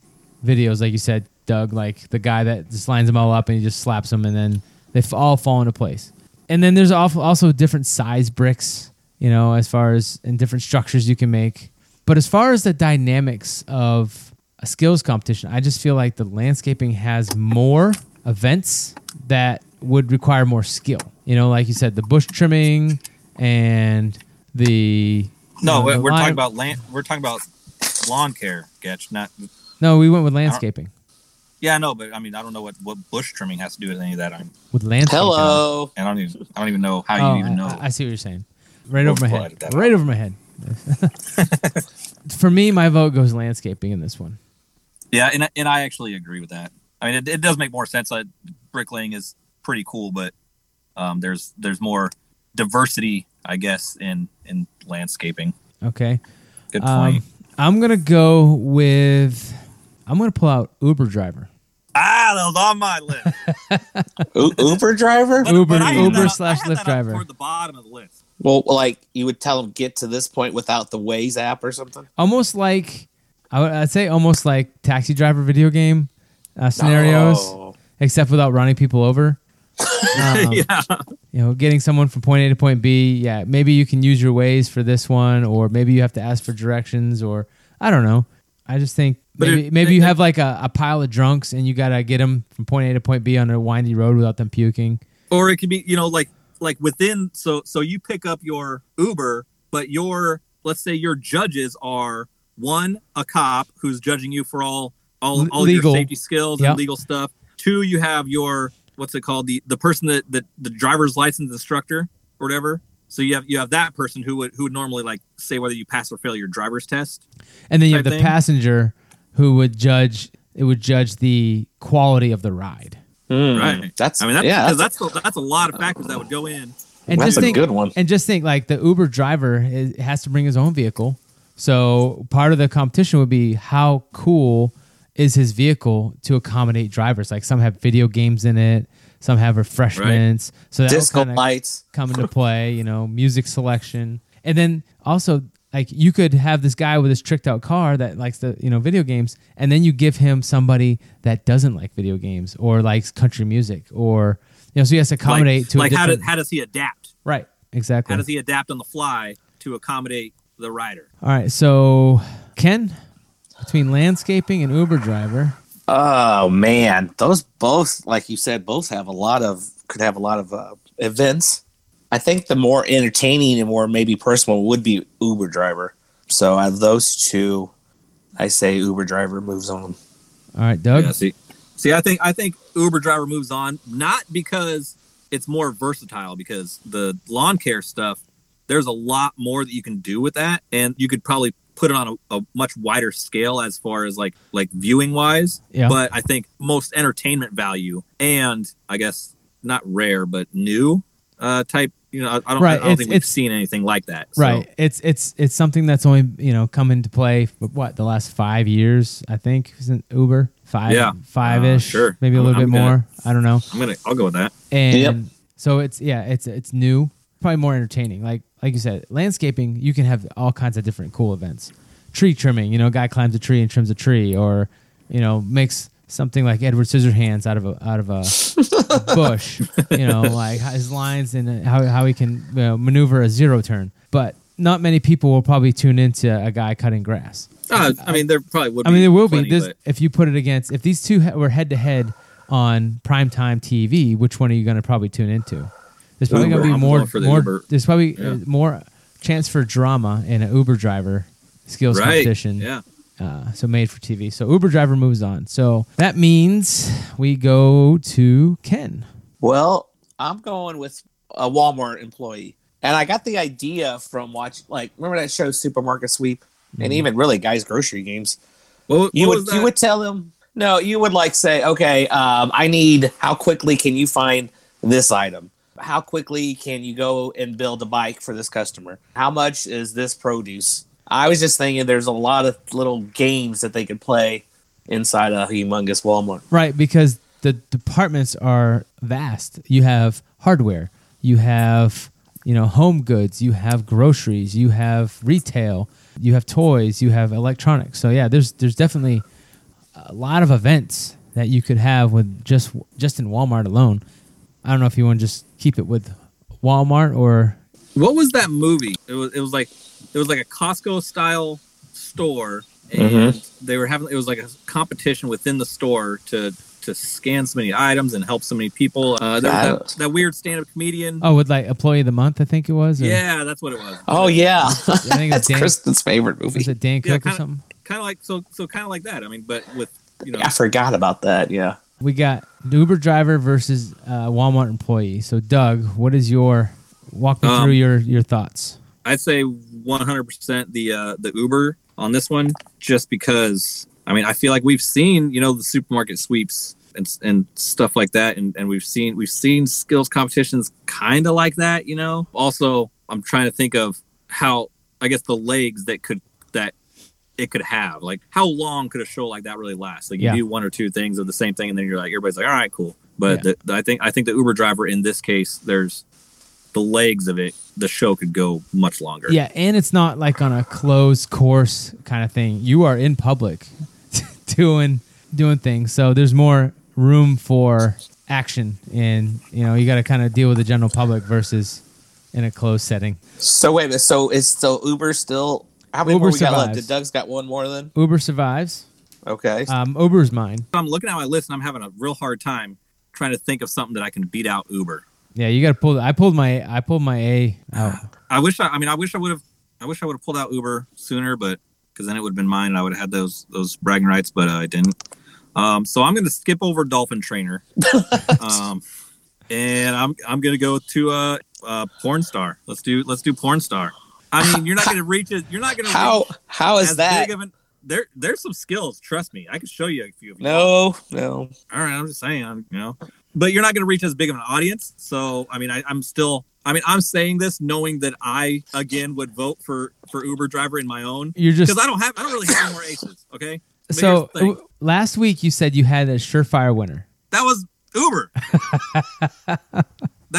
[SPEAKER 1] videos, like you said, Doug, like the guy that just lines them all up and he just slaps them, and then they f- all fall into place. And then there's al- also different size bricks, you know, as far as and different structures you can make. But as far as the dynamics of a skills competition, I just feel like the landscaping has more events that would require more skill. You know, like you said, the bush trimming and the
[SPEAKER 4] no
[SPEAKER 1] you know,
[SPEAKER 4] we're,
[SPEAKER 1] the
[SPEAKER 4] we're
[SPEAKER 1] line-
[SPEAKER 4] talking about land we're talking about lawn care getch not
[SPEAKER 1] no. We went with landscaping
[SPEAKER 4] yeah i know but i mean i don't know what what bush trimming has to do with any of that i'm
[SPEAKER 1] with landscaping.
[SPEAKER 3] Hello.
[SPEAKER 4] and i don't even i don't even know how
[SPEAKER 1] Oh,
[SPEAKER 4] you even
[SPEAKER 1] I-
[SPEAKER 4] know
[SPEAKER 1] I, I see what you're saying. Right
[SPEAKER 4] Or
[SPEAKER 1] over my
[SPEAKER 4] flooded
[SPEAKER 1] head.
[SPEAKER 4] that
[SPEAKER 1] Right over my head. For me, my vote goes landscaping in this one.
[SPEAKER 4] yeah and, I- and i actually agree with that i mean it, it does make more sense I, bricklaying is pretty cool but um there's there's more diversity i guess in in landscaping
[SPEAKER 1] Okay.
[SPEAKER 4] Good
[SPEAKER 1] Um, I'm gonna go with. I'm gonna pull out Uber driver.
[SPEAKER 4] ah, that was on my list.
[SPEAKER 3] U- Uber driver.
[SPEAKER 1] Uber-
[SPEAKER 4] I had
[SPEAKER 1] Uber
[SPEAKER 4] that-
[SPEAKER 1] slash
[SPEAKER 4] I had
[SPEAKER 1] Lyft
[SPEAKER 4] that up
[SPEAKER 1] driver.
[SPEAKER 4] Toward the bottom of the list.
[SPEAKER 3] Well, like you would tell them get to this point without the Waze app or something.
[SPEAKER 1] Almost like I would, I'd say almost like taxi driver video game uh, scenarios,
[SPEAKER 3] Oh.
[SPEAKER 1] except without running people over. Um,
[SPEAKER 4] yeah.
[SPEAKER 1] You know, getting someone from point A to point B. Yeah, maybe you can use your ways for this one, or maybe you have to ask for directions, or I don't know. I just think
[SPEAKER 4] But
[SPEAKER 1] maybe,
[SPEAKER 4] it-
[SPEAKER 1] maybe
[SPEAKER 4] it-
[SPEAKER 1] you have like a, a pile of drunks and you gotta get them from point A to point B on a windy road without them puking.
[SPEAKER 4] Or it could be, you know, like like within so so you pick up your Uber, but your let's say your judges are one, a cop who's judging you for all all,
[SPEAKER 1] Le-
[SPEAKER 4] all
[SPEAKER 1] legal.
[SPEAKER 4] your safety skills
[SPEAKER 1] Yep.
[SPEAKER 4] and legal stuff. Two, you have your what's it called? The the person that, that the driver's license instructor or whatever. So you have you have that person who would who would normally like say whether you pass or fail your driver's test.
[SPEAKER 1] And then you have
[SPEAKER 4] Type
[SPEAKER 1] the
[SPEAKER 4] thing.
[SPEAKER 1] passenger who would judge it would judge the quality of the ride.
[SPEAKER 3] Hmm.
[SPEAKER 4] Right.
[SPEAKER 3] That's
[SPEAKER 4] I mean that's
[SPEAKER 3] yeah.
[SPEAKER 4] because
[SPEAKER 3] That's,
[SPEAKER 4] that's that's a, that's a lot of factors that would go in.
[SPEAKER 1] And
[SPEAKER 3] that's
[SPEAKER 1] just
[SPEAKER 3] a
[SPEAKER 1] think
[SPEAKER 3] good one.
[SPEAKER 1] and just think like the Uber driver is, has to bring his own vehicle. So part of the competition would be how cool is his vehicle to accommodate drivers? Like some have video games in it, some have refreshments. So that
[SPEAKER 3] Disco
[SPEAKER 1] kind of
[SPEAKER 3] lights.
[SPEAKER 1] come into play, you know, music selection. And then also like you could have this guy with this tricked out car that likes the, you know, video games and then you give him somebody that doesn't like video games or likes country music or you know, so he has to accommodate
[SPEAKER 4] like,
[SPEAKER 1] to a
[SPEAKER 4] like how
[SPEAKER 1] different-
[SPEAKER 4] does how does he adapt?
[SPEAKER 1] right. Exactly.
[SPEAKER 4] How does he adapt on the fly to accommodate the rider?
[SPEAKER 1] All right, so Ken, between landscaping and Uber driver,
[SPEAKER 3] Oh man, those both, like you said, both have a lot of could have a lot of uh, events. I think the more entertaining and more maybe personal would be Uber driver. So out of those two, I say Uber driver moves on.
[SPEAKER 1] all right, Doug,
[SPEAKER 4] see, see, I think I think Uber driver moves on not because it's more versatile, because the lawn care stuff, there's a lot more that you can do with that, and you could probably put it on a, a much wider scale as far as like like viewing wise.
[SPEAKER 1] Yeah.
[SPEAKER 4] But I think most entertainment value, and I guess not rare but new uh, type. You know, I, I don't,
[SPEAKER 1] Right,
[SPEAKER 4] I don't
[SPEAKER 1] it's-
[SPEAKER 4] think we've
[SPEAKER 1] it's-
[SPEAKER 4] seen anything like that. So-
[SPEAKER 1] right? It's it's it's something that's only you know come into play for what the last five years, I think, isn't Uber five,
[SPEAKER 4] Yeah.
[SPEAKER 1] five ish,
[SPEAKER 4] Uh, sure.
[SPEAKER 1] maybe a
[SPEAKER 4] I'm-
[SPEAKER 1] little
[SPEAKER 4] I'm
[SPEAKER 1] bit
[SPEAKER 4] gonna-
[SPEAKER 1] more. I don't know.
[SPEAKER 4] I'm gonna, I'll go with that.
[SPEAKER 1] And
[SPEAKER 3] Yep.
[SPEAKER 1] so it's yeah, it's it's new, probably more entertaining. Like like you said, landscaping, you can have all kinds of different cool events. Tree trimming, you know, a guy climbs a tree and trims a tree, or you know, makes something like Edward Scissorhands out of a out of a bush. You know, like his lines and how how he can you know, maneuver a zero turn. But not many people will probably tune into a guy cutting grass.
[SPEAKER 4] Uh, I mean, there probably would.
[SPEAKER 1] I mean, there will
[SPEAKER 4] plenty,
[SPEAKER 1] be. There's,
[SPEAKER 4] but-
[SPEAKER 1] if you put it against, if these two he- were head to head on primetime TV, which one are you going to probably tune into? There's probably
[SPEAKER 4] Uber.
[SPEAKER 1] going to be
[SPEAKER 4] I'm
[SPEAKER 1] more,
[SPEAKER 4] going for the
[SPEAKER 1] more
[SPEAKER 4] Uber.
[SPEAKER 1] there's probably uh,
[SPEAKER 4] Yeah.
[SPEAKER 1] more chance for drama in an Uber driver skills competition.
[SPEAKER 4] Yeah.
[SPEAKER 1] Uh, so made for TV. So Uber driver moves on. So that means we go to Ken.
[SPEAKER 3] Well, I'm going with a Walmart employee, and I got the idea from watch. Like, remember that show Supermarket Sweep, and even really guys' grocery games.
[SPEAKER 4] Well,
[SPEAKER 3] You would you would tell them no. You would like say, okay, um, I need how quickly can you find this item? How quickly can you go and build a bike for this customer? How much is this produce? I was just thinking, there's a lot of little games that they could play inside a humongous Walmart.
[SPEAKER 1] Right, because the departments are vast. You have hardware, you have you know home goods, you have groceries, you have retail, you have toys, you have electronics. So yeah, there's there's definitely a lot of events that you could have with just just in Walmart alone. I don't know if you want to just keep it with Walmart or
[SPEAKER 4] What was that movie? It was. It was like. It was like a Costco style store, and
[SPEAKER 3] Mm-hmm.
[SPEAKER 4] they were having. It was like a competition within the store to to scan so many items and help so many people. Uh, there
[SPEAKER 3] I
[SPEAKER 4] was
[SPEAKER 3] don't-
[SPEAKER 4] that, that weird stand up comedian.
[SPEAKER 1] oh, with like employee of the month, I think it was. or-
[SPEAKER 4] yeah, that's what it was.
[SPEAKER 3] Oh yeah,
[SPEAKER 1] I think it's
[SPEAKER 3] that's
[SPEAKER 1] Dan-
[SPEAKER 3] Kristen's favorite movie.
[SPEAKER 1] was it Dan Cook
[SPEAKER 4] Yeah,
[SPEAKER 1] or
[SPEAKER 4] kinda-
[SPEAKER 1] something?
[SPEAKER 4] Kind of like so. So kind of like that. I mean, but with you know.
[SPEAKER 3] I forgot about that. Yeah.
[SPEAKER 1] We got the Uber driver versus uh, Walmart employee. So, Doug, what is your walk me
[SPEAKER 4] Um,
[SPEAKER 1] through your your thoughts?
[SPEAKER 4] I'd say 100% the uh, the Uber on this one, just because I mean I feel like we've seen you know the supermarket sweeps and and stuff like that, and, and we've seen we've seen skills competitions kind of like that, you know. Also, I'm trying to think of how I guess the legs that could that it could have like how long could a show like that really last? Like you
[SPEAKER 1] Yeah.
[SPEAKER 4] do one or two things of the same thing, and then you're like everybody's like all right cool. But
[SPEAKER 1] Yeah.
[SPEAKER 4] the, the- I think I think the Uber driver in this case, there's the legs of it, the show could go much longer.
[SPEAKER 1] Yeah, and it's not like on a closed course kind of thing. You are in public doing doing things. So there's more room for action and you know, you gotta kinda deal with the general public versus in a closed setting.
[SPEAKER 3] So wait a minute. So is so Uber still? How many
[SPEAKER 1] Uber
[SPEAKER 3] more we got left?
[SPEAKER 1] survives.
[SPEAKER 3] Did Doug's got one more then?
[SPEAKER 1] Uber survives.
[SPEAKER 3] Okay.
[SPEAKER 4] Uh,
[SPEAKER 1] Um, Uber's mine.
[SPEAKER 4] I'm looking at my list and I'm having a real hard time trying to think of something that I can beat out Uber.
[SPEAKER 1] Yeah, you gotta pull I pulled my I pulled my A out.
[SPEAKER 4] I wish I, I mean I wish I would have I wish I would have pulled out Uber sooner, but because then it would have been mine and I would have had those those bragging rights, but uh, I didn't. Um, so I'm going to skip over Dolphin Trainer, um, and I'm I'm going to go to uh, uh, porn star. Let's do let's do porn star. I mean, you're not going to reach it. You're not going to
[SPEAKER 3] how how is
[SPEAKER 4] as
[SPEAKER 3] that?
[SPEAKER 4] Big of an, there there's some skills. Trust me, I can show you a few of them.
[SPEAKER 3] No, no.
[SPEAKER 4] All right, I'm just saying, I'm- you know, but you're not going to reach as big of an audience. So, I mean, I, I'm still, I mean, I'm saying this knowing that I again would vote for for Uber driver in my own
[SPEAKER 1] You're just
[SPEAKER 4] because I don't have, I don't really have any more aces. Okay, But
[SPEAKER 1] so
[SPEAKER 4] here's the thing.
[SPEAKER 1] w- last week you said you had a surefire winner.
[SPEAKER 4] that was Uber. that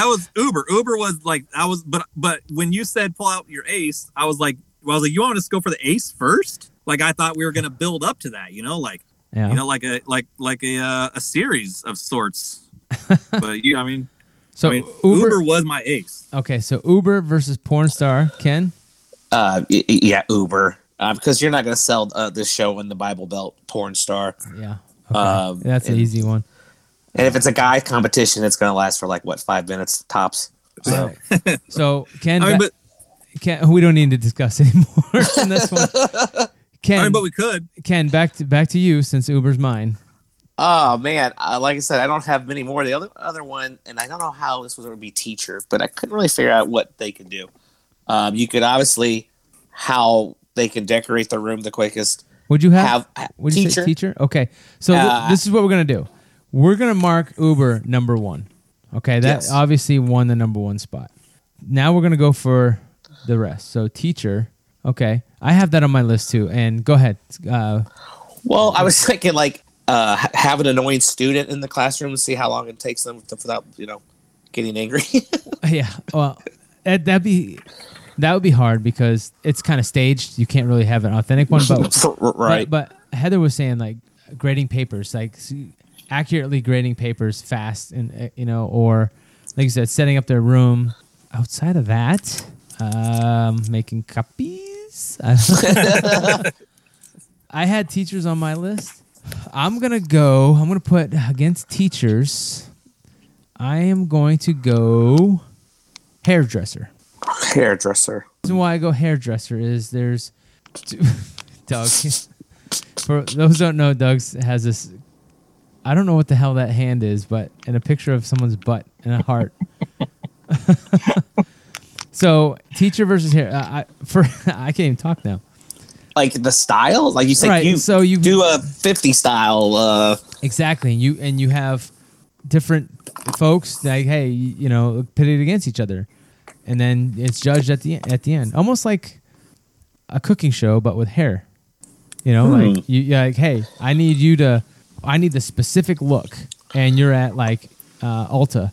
[SPEAKER 4] was Uber. Uber was like I was, but but when you said pull out your ace, I was like, well, I was like, you want us to go for the ace first? Like I thought we were going to build up to that, you know, like
[SPEAKER 1] Yeah.
[SPEAKER 4] you know, like a like like a uh, a series of sorts. but you, I mean.
[SPEAKER 1] so
[SPEAKER 4] I mean,
[SPEAKER 1] Uber,
[SPEAKER 4] Uber, was my ace.
[SPEAKER 1] Okay, so Uber versus porn star, Ken.
[SPEAKER 3] Uh, y- y- yeah, Uber. Uh, because you're not going to sell uh, this show in the Bible Belt porn star.
[SPEAKER 1] Yeah. Okay.
[SPEAKER 3] Um,
[SPEAKER 1] That's an
[SPEAKER 3] and-
[SPEAKER 1] easy one.
[SPEAKER 3] And if it's a guy competition, it's going to last for like what five minutes tops. So
[SPEAKER 1] So Ken,
[SPEAKER 4] I mean,
[SPEAKER 1] that-
[SPEAKER 4] but
[SPEAKER 1] Ken, we don't need to discuss anymore on this one. Ken,
[SPEAKER 4] I mean, but we could.
[SPEAKER 1] Ken, back to back to you since Uber's mine.
[SPEAKER 3] Oh man, uh, like I said, I don't have many more. The other other one, and I don't know how this was going to be teacher, but I couldn't really figure out what they could do. Um, you could obviously how they can decorate the room the quickest.
[SPEAKER 1] Would you have,
[SPEAKER 3] Have, ha-
[SPEAKER 1] would you say
[SPEAKER 3] teacher,
[SPEAKER 1] teacher? Okay. So th-
[SPEAKER 3] Uh,
[SPEAKER 1] this is what we're gonna do. We're gonna mark Uber number one. Okay, that
[SPEAKER 3] Yes.
[SPEAKER 1] obviously won the number one spot. Now we're gonna go for the rest. So teacher. Okay, I have that on my list too. And go ahead. Uh,
[SPEAKER 3] Well, I was thinking like uh, ha- have an annoying student in the classroom and see how long it takes them to, without you know getting angry.
[SPEAKER 1] Yeah. Well, that that'd be that would be hard because it's kind of staged. You can't really have an authentic one. But
[SPEAKER 3] right.
[SPEAKER 1] But, but Heather was saying like grading papers, like s- accurately grading papers fast, and uh, you know, or like you said, setting up their room. Outside of that, um, making copies. I don't- I had teachers on my list. I'm gonna go. I'm gonna put against teachers. I am going to go hairdresser
[SPEAKER 3] Hairdresser.
[SPEAKER 1] reason why I go hairdresser is there's Doug. For those who don't know, Doug has this. I don't know what the hell that hand is, but in a picture of someone's butt and a heart. so teacher versus hair. Uh, I, for I can't even talk now.
[SPEAKER 3] Like the style, like you said,
[SPEAKER 1] Right,
[SPEAKER 3] you
[SPEAKER 1] so you-
[SPEAKER 3] do a fifty style. Uh,
[SPEAKER 1] Exactly, and you and you have different folks like, hey, you you know, pitted against each other, and then it's judged at the at the end, almost like a cooking show but with hair. You know, like
[SPEAKER 4] Hmm.
[SPEAKER 1] you you're like, hey, I need you to, I need the specific look, and you're at like uh, Ulta,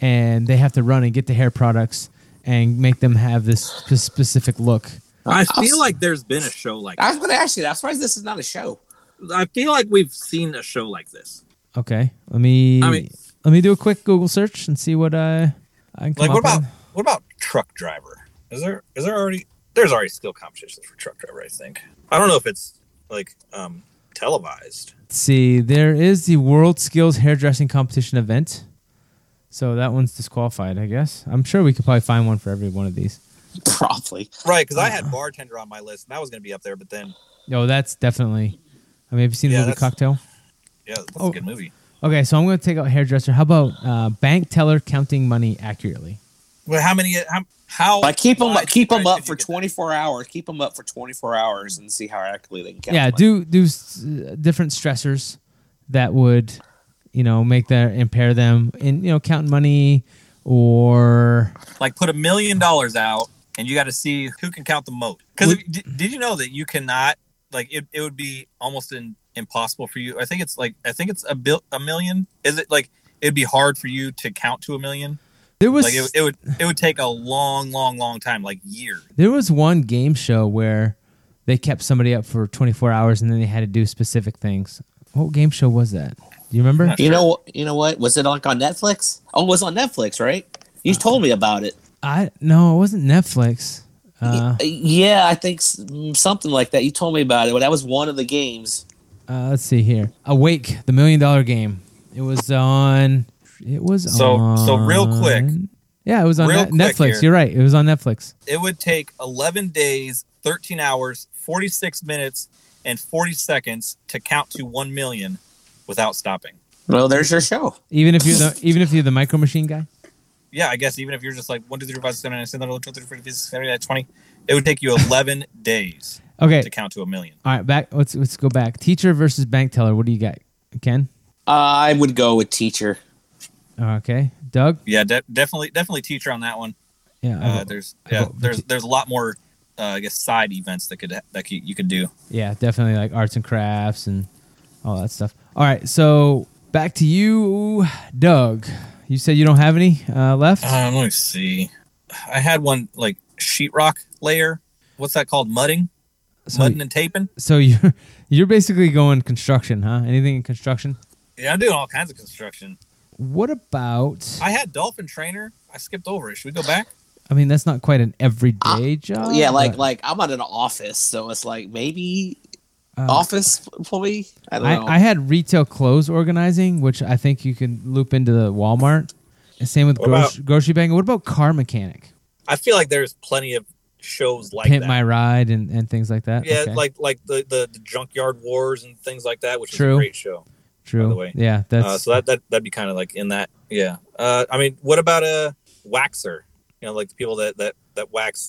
[SPEAKER 1] and they have to run and get the hair products and make them have this spe- specific look.
[SPEAKER 4] I feel like there's been a show like
[SPEAKER 3] I was going to ask you that. I'm surprised this is not a show.
[SPEAKER 4] I feel like we've seen a show like this.
[SPEAKER 1] Okay, let me
[SPEAKER 4] I mean-
[SPEAKER 1] let me do a quick Google search and see what I I can come
[SPEAKER 4] Like what
[SPEAKER 1] up with.
[SPEAKER 4] about what about truck driver? Is there is there already there's already skill competitions for truck driver, I think. I don't know if it's like um televised.
[SPEAKER 1] Let's see, there is the World Skills Hairdressing Competition event. So that one's disqualified, I guess. I'm sure we could probably find one for every one of these.
[SPEAKER 3] Probably.
[SPEAKER 4] Right, because I had
[SPEAKER 1] Uh-huh.
[SPEAKER 4] bartender on my list and that was gonna be up there, but then
[SPEAKER 1] No, that's definitely. I mean, have you seen
[SPEAKER 4] Yeah,
[SPEAKER 1] the movie
[SPEAKER 4] that's-
[SPEAKER 1] Cocktail?
[SPEAKER 4] yeah, that's
[SPEAKER 1] Oh.
[SPEAKER 4] a good movie.
[SPEAKER 1] Okay, so I'm going to take out hairdresser. How about uh, bank teller counting money accurately?
[SPEAKER 4] Well how many how how
[SPEAKER 3] Like keep them
[SPEAKER 4] wide
[SPEAKER 3] up, keep them
[SPEAKER 4] spread
[SPEAKER 3] up
[SPEAKER 4] did
[SPEAKER 3] for
[SPEAKER 4] you get that?
[SPEAKER 3] 24 hours. Keep them up for 24 hours and see how accurately they can count.
[SPEAKER 1] yeah,
[SPEAKER 3] Like,
[SPEAKER 1] do do s- uh, different stressors that would, you know, make their impair them in you know counting money or
[SPEAKER 4] like put a million dollars out and you got to see who can count the most because did, did you know that you cannot like it, it would be almost in, impossible for you i think it's like i think it's a bill a million is it like it'd be hard for you to count to a million
[SPEAKER 1] There was
[SPEAKER 4] Like it, it would it would take a long, long, long time, like year.
[SPEAKER 1] There was one game show where they kept somebody up for 24 hours and then they had to do specific things. What game show was that? Do you remember?
[SPEAKER 3] You know, you know what? Was it like on Netflix? Oh, it was on Netflix, right? You told me about it.
[SPEAKER 1] I no, it wasn't Netflix. Uh,
[SPEAKER 3] yeah, I think s- mm, something like that. You told me about it. Well, that was one of the games.
[SPEAKER 1] uh, let's see here. Awake, the million dollar game. It was on. It was
[SPEAKER 4] So-
[SPEAKER 1] on.
[SPEAKER 4] so real quick.
[SPEAKER 1] Yeah, it was on
[SPEAKER 4] Real
[SPEAKER 1] Net-
[SPEAKER 4] quick
[SPEAKER 1] Netflix.
[SPEAKER 4] here.
[SPEAKER 1] You're right. It was on Netflix.
[SPEAKER 4] It would take eleven days, thirteen hours, forty six minutes, and forty seconds to count to one million without stopping.
[SPEAKER 3] Well, there's your show.
[SPEAKER 1] Even if you're the even if you're the micro machine guy.
[SPEAKER 4] Yeah, I guess even if you're just like one, two, three, four, five, six, seven, eight, nine, ten, eleven, twelve, thirteen, fourteen, fifteen, sixteen, seventeen, eighteen, twenty, it would take you eleven days
[SPEAKER 1] Okay.
[SPEAKER 4] to count to a million.
[SPEAKER 1] All right. Back. Let's let's go back. Teacher versus bank teller. What do you got, Ken?
[SPEAKER 3] I would go with teacher.
[SPEAKER 1] Okay. Doug.
[SPEAKER 4] Yeah, de- definitely, definitely teacher on that one.
[SPEAKER 1] Yeah. I
[SPEAKER 4] Uh,
[SPEAKER 1] vote-
[SPEAKER 4] there's
[SPEAKER 1] I
[SPEAKER 4] yeah,
[SPEAKER 1] vote for
[SPEAKER 4] there's
[SPEAKER 1] te-
[SPEAKER 4] there's a lot more, uh, I guess, side events that could that could, you could do.
[SPEAKER 1] Yeah, definitely like arts and crafts and all that stuff. All right, so back to you, Doug. You said you don't have any uh, left.
[SPEAKER 4] Um, let me see. I had one like sheetrock layer. What's that called? Mudding,
[SPEAKER 1] so,
[SPEAKER 4] mudding and taping.
[SPEAKER 1] so you're you're basically going construction, huh? Anything in construction?
[SPEAKER 4] Yeah, I'm doing all kinds of construction.
[SPEAKER 1] What about? I,
[SPEAKER 4] I had dolphin trainer. I skipped over it. Should we go back?
[SPEAKER 1] mean, that's not quite an everyday job.
[SPEAKER 3] yeah, like
[SPEAKER 1] but,
[SPEAKER 3] like I'm at an office, so it's like maybe
[SPEAKER 1] uh,
[SPEAKER 3] office employee. I don't know.
[SPEAKER 1] I, I had retail clothes organizing, which I think you can loop into the Walmart. And Same with
[SPEAKER 4] What about-
[SPEAKER 1] grocery, grocery bag. What about car mechanic?
[SPEAKER 4] I feel like there's plenty of shows like
[SPEAKER 1] Pimp
[SPEAKER 4] that.
[SPEAKER 1] my ride and, and things like that.
[SPEAKER 4] yeah,
[SPEAKER 1] Uh, Okay.
[SPEAKER 4] like like the, the the junkyard wars and things like that, which is
[SPEAKER 1] True.
[SPEAKER 4] a great show.
[SPEAKER 1] true.
[SPEAKER 4] the way.
[SPEAKER 1] Yeah, that's
[SPEAKER 4] Uh, so that that that'd be kind of like in that. Yeah. Uh, I mean, what about a waxer? You know, like the people that that that wax.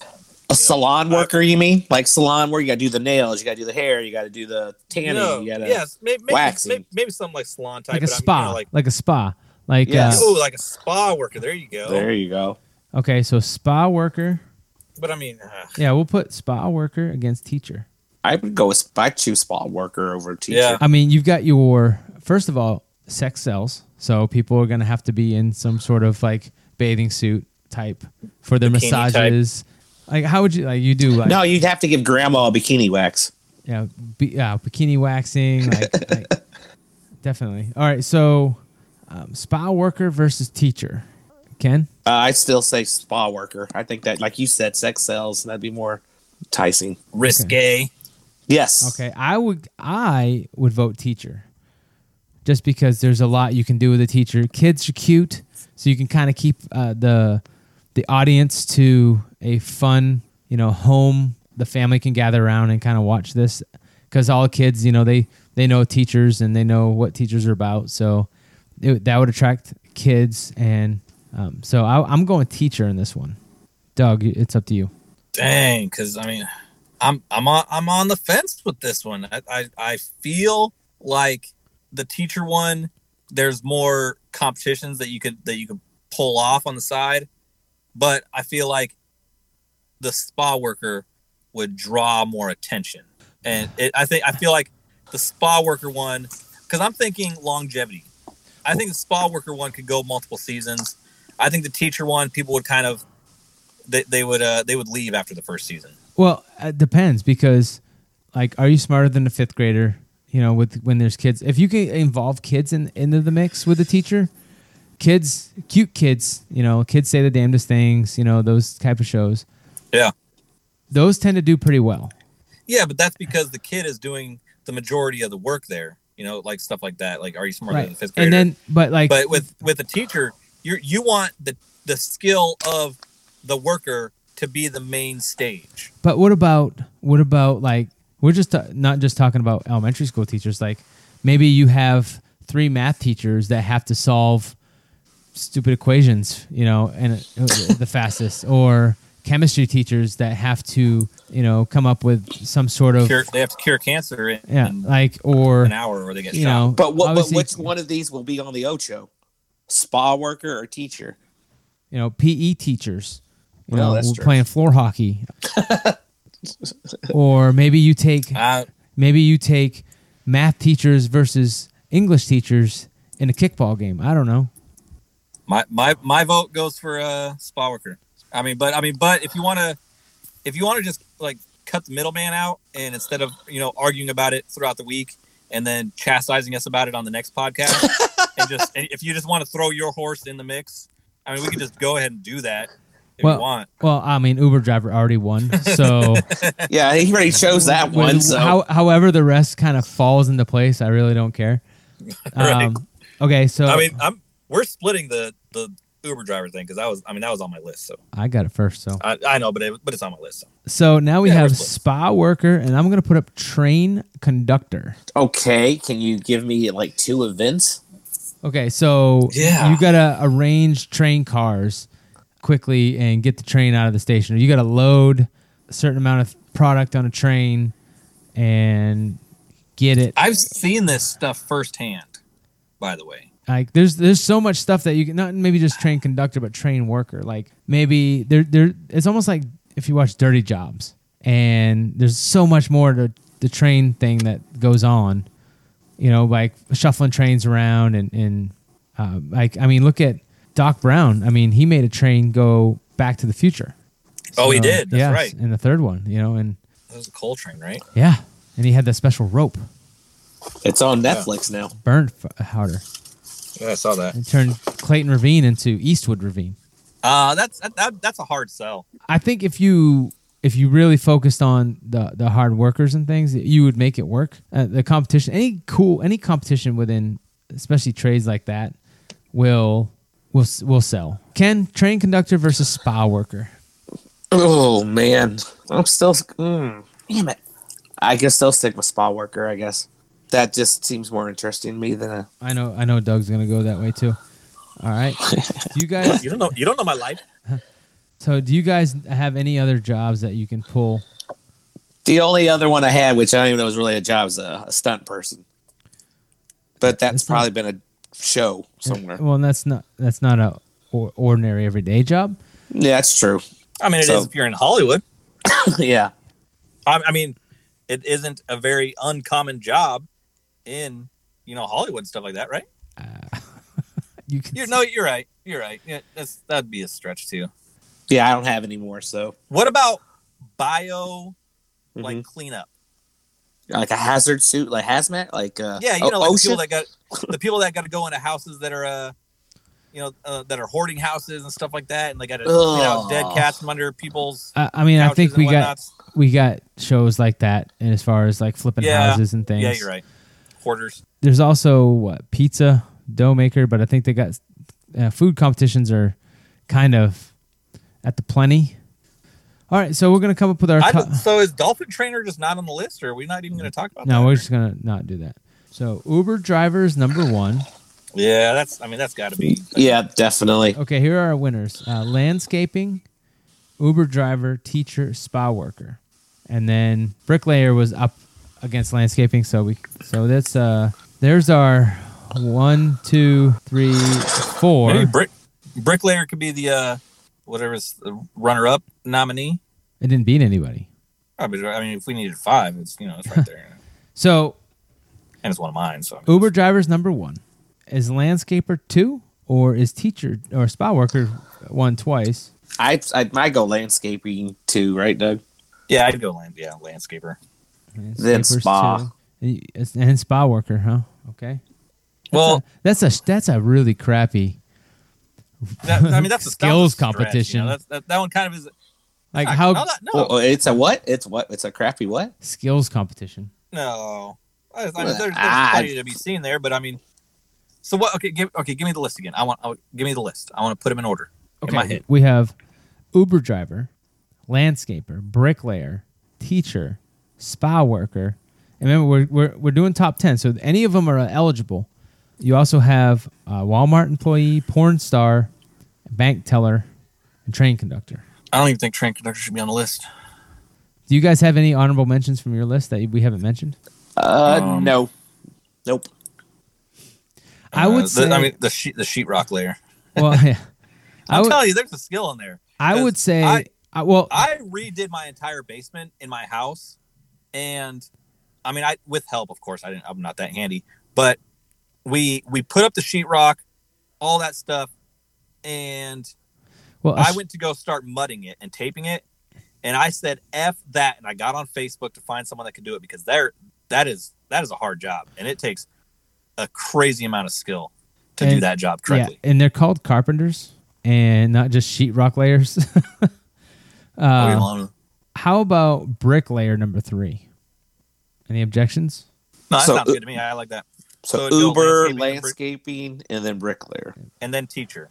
[SPEAKER 3] a salon worker, you mean? Like salon where you got to do the nails, you got to do the hair, you got to do the tanning,
[SPEAKER 4] No,
[SPEAKER 3] you got to
[SPEAKER 4] yes, may- maybe,
[SPEAKER 3] waxing.
[SPEAKER 4] maybe maybe something like salon type,
[SPEAKER 1] like a
[SPEAKER 4] but
[SPEAKER 1] spa,
[SPEAKER 4] I mean, you know,
[SPEAKER 1] like, a spa, like
[SPEAKER 3] Yes.
[SPEAKER 1] uh,
[SPEAKER 4] Oh, like a spa worker. There you go.
[SPEAKER 3] There you go.
[SPEAKER 1] okay, so spa worker.
[SPEAKER 4] But I mean, uh,
[SPEAKER 1] Yeah, we'll put spa worker against teacher.
[SPEAKER 3] I would go. with- I choose spot worker over teacher.
[SPEAKER 4] Yeah.
[SPEAKER 1] I mean, you've got your first of all sex cells, so people are gonna have to be in some sort of like bathing suit type for their
[SPEAKER 4] Bikini type.
[SPEAKER 1] massages. Like, how would you like you do like
[SPEAKER 3] No, you'd have to give grandma a bikini wax.
[SPEAKER 1] you know, bi- uh, bikini waxing? Like, like definitely. All right, so um, spa worker versus teacher. Ken.
[SPEAKER 3] Uh, I still say spa worker. I think that, like you said, sex sells. and That'd be more enticing.
[SPEAKER 4] risque.
[SPEAKER 3] Yes.
[SPEAKER 1] Okay, I would I would vote teacher. Just because there's a lot you can do with a teacher. Kids are cute, so you can kind of keep uh, the the audience to a fun, you know, home the family can gather around and kind of watch this cuz all kids, you know, they they know teachers and they know what teachers are about. So it, that would attract kids and um, so I, I'm going teacher in this one. Doug, it's up to you.
[SPEAKER 4] Dang, because I mean, I'm I'm on I'm on the fence with this one. I, I I feel like the teacher one. There's more competitions that you could that you could pull off on the side, but I feel like the spa worker would draw more attention, and it, I think I feel like the spa worker one because I'm thinking longevity. I think the spa worker one could go multiple seasons. I think the teacher one people would kind of they, they would uh, they would leave after the first season.
[SPEAKER 1] Well, it depends because, like, are you smarter than a fifth grader? You know, with when there's kids, if you can involve kids in into the mix with the teacher, kids, cute kids, you know, kids say the damnedest things, you know, those type of shows,
[SPEAKER 4] Yeah,
[SPEAKER 1] those tend to do pretty well.
[SPEAKER 4] yeah, but that's because the kid is doing the majority of the work there. You know, like stuff like that. Like, are you smarter than
[SPEAKER 1] Right.
[SPEAKER 4] the fifth grader?
[SPEAKER 1] And then, but like,
[SPEAKER 4] but with with a teacher, you you want the the skill of the worker to be the main stage.
[SPEAKER 1] But what about what about like we're just uh, not just talking about elementary school teachers. Like maybe you have three math teachers that have to solve stupid equations, you know, and uh, the fastest, or chemistry teachers that have to you know come up with some sort of
[SPEAKER 4] Cure, they have to cure cancer in,
[SPEAKER 1] yeah,
[SPEAKER 4] in
[SPEAKER 1] like or
[SPEAKER 4] an hour, or they get
[SPEAKER 1] you
[SPEAKER 4] shot.
[SPEAKER 1] know,
[SPEAKER 3] But what? But
[SPEAKER 1] obviously,
[SPEAKER 3] which one of these will be on the Ocho? Spa worker or teacher?
[SPEAKER 1] You know, PE teachers. You
[SPEAKER 3] Well,
[SPEAKER 1] know,
[SPEAKER 3] that's
[SPEAKER 1] we're
[SPEAKER 3] true.
[SPEAKER 1] playing floor hockey. or maybe you take
[SPEAKER 4] I,
[SPEAKER 1] Maybe you take math teachers versus English teachers in a kickball game. I don't know.
[SPEAKER 4] My my my vote goes for uh Spalwaker. I mean, but I mean, but if you want to, if you want to just like cut the middleman out, and instead of you know arguing about it throughout the week and then chastising us about it on the next podcast, and just and if you just want to throw your horse in the mix, I mean, we can just go ahead and do that if
[SPEAKER 1] Well,
[SPEAKER 4] you want.
[SPEAKER 1] Well, I mean, Uber driver already won, so
[SPEAKER 3] Yeah, he already chose that one.
[SPEAKER 1] With-
[SPEAKER 3] So
[SPEAKER 1] how- however the rest kind of falls into place, I really don't care.
[SPEAKER 4] Right.
[SPEAKER 1] Um, okay, so
[SPEAKER 4] I
[SPEAKER 1] I,
[SPEAKER 4] mean, I'm we're splitting the the Uber driver thing because I was I mean that was on my list, so
[SPEAKER 1] got it first. So
[SPEAKER 4] I, I know, but it, but it's on my list. So.
[SPEAKER 1] so now we
[SPEAKER 4] Yeah,
[SPEAKER 1] have
[SPEAKER 4] first place.
[SPEAKER 1] spa worker, and I'm gonna put up train conductor.
[SPEAKER 3] okay, can you give me like two events?
[SPEAKER 1] Okay, so
[SPEAKER 4] Yeah.
[SPEAKER 1] you gotta arrange train cars quickly and get the train out of the station. Or you gotta load a certain amount of product on a train and get it.
[SPEAKER 4] I've seen this stuff firsthand, by the way.
[SPEAKER 1] Like there's there's so much stuff that you can not maybe just train conductor, but train worker. Like maybe there there it's almost like if you watch Dirty Jobs and there's so much more to the train thing that goes on. You know, like shuffling trains around and and uh, like I mean, look at Doc Brown. I mean, he made a train go back to the future.
[SPEAKER 4] oh, he
[SPEAKER 1] So,
[SPEAKER 4] did. That's
[SPEAKER 1] Uh, yes,
[SPEAKER 4] right.
[SPEAKER 1] In the third one, you know, and
[SPEAKER 4] That was a coal train, right?
[SPEAKER 1] yeah, and he had that special rope
[SPEAKER 3] It's on Netflix now.
[SPEAKER 1] burned f- harder
[SPEAKER 4] Yeah, I saw that.
[SPEAKER 1] and turned Clayton Ravine into Eastwood Ravine.
[SPEAKER 4] Uh, that's that, that, that's a hard sell.
[SPEAKER 1] I think if you if you really focused on the the hard workers and things, you would make it work. Uh, the competition, any cool, any competition within, especially trades like that, will will s- will sell. Ken, train conductor versus spa worker.
[SPEAKER 3] Oh man, I'm still. Mm, damn it! I guess they'll stick with spa worker. I guess that just seems more interesting to me than a.
[SPEAKER 1] I know, I know, Doug's gonna go that way too. All right, do you guys?
[SPEAKER 4] You don't know. You don't know my life.
[SPEAKER 1] So, do you guys have any other jobs that you can pull?
[SPEAKER 3] The only other one I had, which I don't even know was really a job, is a, a stunt person. But that's
[SPEAKER 1] That's not-
[SPEAKER 3] probably been a show somewhere.
[SPEAKER 1] Well, that's not that's not a or, ordinary everyday job.
[SPEAKER 3] Yeah, that's true.
[SPEAKER 4] I mean, it is
[SPEAKER 3] So-
[SPEAKER 4] if you're in Hollywood.
[SPEAKER 3] yeah,
[SPEAKER 4] I, I mean, it isn't a very uncommon job in you know Hollywood and stuff like that, right?
[SPEAKER 1] Uh, You can
[SPEAKER 4] You no, you're right. You're right. Yeah, that's that'd be a stretch too.
[SPEAKER 3] yeah. I don't have any more, so
[SPEAKER 4] What about bio like
[SPEAKER 3] like
[SPEAKER 4] cleanup?
[SPEAKER 3] like a hazard suit, like hazmat, like uh,
[SPEAKER 4] Yeah, you know, like the people
[SPEAKER 3] ocean.
[SPEAKER 4] that got the people that got to go into houses that are, uh, you know, uh, that are hoarding houses and stuff like that, and they got to clean out
[SPEAKER 3] Ugh.
[SPEAKER 4] dead cats from under people's.
[SPEAKER 1] I, I mean, I
[SPEAKER 4] couches
[SPEAKER 1] think
[SPEAKER 4] and
[SPEAKER 1] we got
[SPEAKER 4] whatnots.
[SPEAKER 1] we got shows like that and as far as like flipping
[SPEAKER 4] Yeah.
[SPEAKER 1] houses and things
[SPEAKER 4] Yeah, you're right. Hoarders.
[SPEAKER 1] there's also what pizza dough maker but i think they got uh, food competitions are kind of at the plenty all right so we're gonna come up with our
[SPEAKER 4] I
[SPEAKER 1] top
[SPEAKER 4] don't- so is dolphin trainer just not on the list, or are we not even going to talk about
[SPEAKER 1] no
[SPEAKER 4] that?
[SPEAKER 1] we're just gonna not do that so uber drivers number one
[SPEAKER 4] yeah, that's. I mean, that's got to be.
[SPEAKER 3] yeah, definitely.
[SPEAKER 1] okay here are our winners uh, landscaping uber driver teacher spa worker and then bricklayer was up against landscaping so we so that's uh there's our one two three four
[SPEAKER 4] Maybe brick bricklayer could be the uh, whatever's the runner-up nominee.
[SPEAKER 1] it didn't beat anybody
[SPEAKER 4] I mean, I mean, if we needed five, it's you know, it's right there,
[SPEAKER 1] so
[SPEAKER 4] and it's one of mine. So I mean,
[SPEAKER 1] uber driver's number one is landscaper two or is teacher or spa worker one twice
[SPEAKER 3] I I might go landscaping too, right, Doug?
[SPEAKER 4] yeah, I'd go land. Yeah, landscaper.
[SPEAKER 3] Then
[SPEAKER 1] Landscapers
[SPEAKER 3] spa.
[SPEAKER 1] two. and, it's- and spa worker huh okay
[SPEAKER 4] Well,
[SPEAKER 1] that's a that's a really crappy
[SPEAKER 4] that, I mean, that's a that
[SPEAKER 1] Skills
[SPEAKER 4] was a stretch, you know,
[SPEAKER 1] competition.
[SPEAKER 4] that's, that, that one kind of is
[SPEAKER 1] like
[SPEAKER 4] I-
[SPEAKER 1] how
[SPEAKER 4] no, that- no,
[SPEAKER 3] Oh, it's a what? It's what? It's a crappy what?
[SPEAKER 1] skills competition.
[SPEAKER 4] no. I, I, there's, there's
[SPEAKER 3] Ah.
[SPEAKER 4] plenty to be seen there, but I mean, so what? Okay, give okay, give me the list again. I want, I, want- give me the list. I want to put them in order. In my head.
[SPEAKER 1] we have Uber driver, landscaper, bricklayer, teacher, spa worker. And remember, we're, we're, we're doing top 10, so any of them are eligible. You also have uh, Walmart employee, porn star, bank teller, and train conductor.
[SPEAKER 4] I don't even think train conductor should be on the list.
[SPEAKER 1] Do you guys have any honorable mentions from your list that we haven't mentioned?
[SPEAKER 3] Uh,
[SPEAKER 4] Um,
[SPEAKER 3] no, nope.
[SPEAKER 1] I
[SPEAKER 4] Uh,
[SPEAKER 1] would
[SPEAKER 4] the-
[SPEAKER 1] say,
[SPEAKER 4] I mean, the sheet, the sheetrock layer.
[SPEAKER 1] well, yeah. I
[SPEAKER 4] I'm
[SPEAKER 1] would,
[SPEAKER 4] telling you, there's a skill in there.
[SPEAKER 1] I would say,
[SPEAKER 4] I-
[SPEAKER 1] I, well,
[SPEAKER 4] I redid my entire basement in my house, and I mean, I with help, of course. I didn't. I'm not that handy, but we we put up the sheetrock, all that stuff, and
[SPEAKER 1] Well,
[SPEAKER 4] I went to go start mudding it and taping it, and I said "f that," and I got on Facebook to find someone that could do it because there, that is that is a hard job, and it takes a crazy amount of skill to do
[SPEAKER 1] And-
[SPEAKER 4] that job correctly.
[SPEAKER 1] Yeah, and they're called carpenters and not just sheetrock layers.
[SPEAKER 4] All year
[SPEAKER 1] uh,
[SPEAKER 4] long.
[SPEAKER 1] how about bricklayer number three? Any objections?
[SPEAKER 4] No, that
[SPEAKER 3] So-
[SPEAKER 4] sounds good to me. I like that.
[SPEAKER 3] So,
[SPEAKER 4] So, no,
[SPEAKER 3] Uber,
[SPEAKER 4] landscaping,
[SPEAKER 3] landscaping, and then bricklayer.
[SPEAKER 4] And then teacher.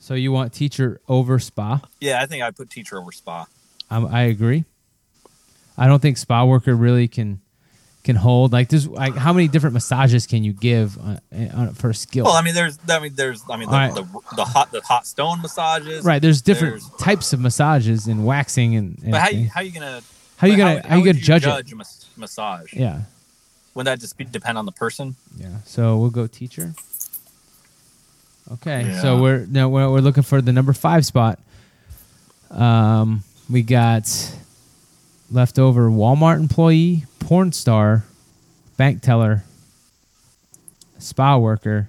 [SPEAKER 1] So you want teacher over spa?
[SPEAKER 4] Yeah, I think I put teacher over spa.
[SPEAKER 1] I, I agree. I don't think spa worker really can can hold like there's like how many different massages can you give on, on for a skill?
[SPEAKER 4] Well, I mean, there's, I mean, there's, I mean, the,
[SPEAKER 1] All right.
[SPEAKER 4] the, the hot, the hot stone massages.
[SPEAKER 1] right, there's different
[SPEAKER 4] there's-
[SPEAKER 1] types of massages and waxing and, and
[SPEAKER 4] But how you,
[SPEAKER 1] things.
[SPEAKER 4] how you gonna
[SPEAKER 1] How you
[SPEAKER 4] but
[SPEAKER 1] gonna how, you
[SPEAKER 4] would
[SPEAKER 1] gonna judge, it?
[SPEAKER 4] a mas- massage?
[SPEAKER 1] Yeah,
[SPEAKER 4] Wouldn't that just be, depend on the person?
[SPEAKER 1] yeah. So we'll go teacher. Okay, so
[SPEAKER 4] Yeah.
[SPEAKER 1] we're no we're, we're looking for the number five spot. Um, we got leftover Walmart employee, porn star, bank teller, spa worker,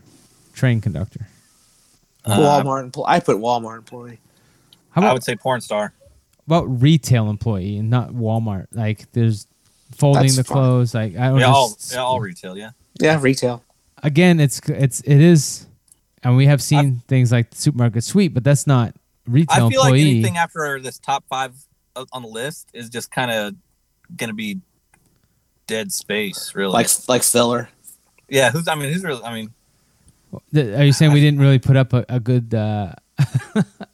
[SPEAKER 1] train conductor.
[SPEAKER 4] Uh,
[SPEAKER 3] Walmart employee. I put Walmart employee.
[SPEAKER 1] How
[SPEAKER 4] I
[SPEAKER 1] about,
[SPEAKER 4] would say porn star.
[SPEAKER 1] about retail employee and not Walmart? Like there's folding
[SPEAKER 3] That's
[SPEAKER 1] the
[SPEAKER 3] fine.
[SPEAKER 1] clothes. Like I don't
[SPEAKER 4] Yeah, all,
[SPEAKER 1] Oh, just-
[SPEAKER 4] yeah, all retail. Yeah.
[SPEAKER 3] Yeah, retail.
[SPEAKER 1] again, it's it's it is, and we have seen things like the supermarket sweep, but that's not
[SPEAKER 4] I
[SPEAKER 1] retail
[SPEAKER 4] feel like
[SPEAKER 1] employee.
[SPEAKER 4] anything after this top five o- on the list is just kind of gonna be dead space, really.
[SPEAKER 3] Like like filler.
[SPEAKER 4] yeah, who's? I mean, who's really? I mean,
[SPEAKER 1] Th- Are you saying we didn't really put up a, a good uh,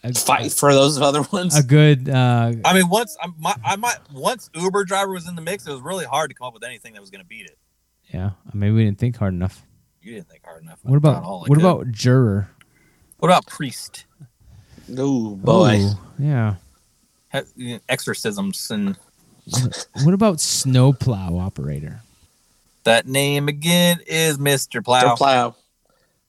[SPEAKER 1] a,
[SPEAKER 3] Fight for those other ones.
[SPEAKER 1] a good uh,
[SPEAKER 4] I mean, once I might, I might, once Uber driver was in the mix, it was really hard to come up with anything that was gonna beat it.
[SPEAKER 1] yeah? Maybe we didn't think hard enough.
[SPEAKER 4] You didn't think hard enough.
[SPEAKER 1] What
[SPEAKER 4] Not
[SPEAKER 1] about
[SPEAKER 4] all I
[SPEAKER 1] what
[SPEAKER 4] could.
[SPEAKER 1] about juror?
[SPEAKER 4] what about priest?
[SPEAKER 3] Ooh, boy.
[SPEAKER 1] Ooh, yeah.
[SPEAKER 4] Ha- you know, Exorcisms and
[SPEAKER 1] What about snowplow operator?
[SPEAKER 4] that name again is Mr. Plow.
[SPEAKER 3] Mr. Plow.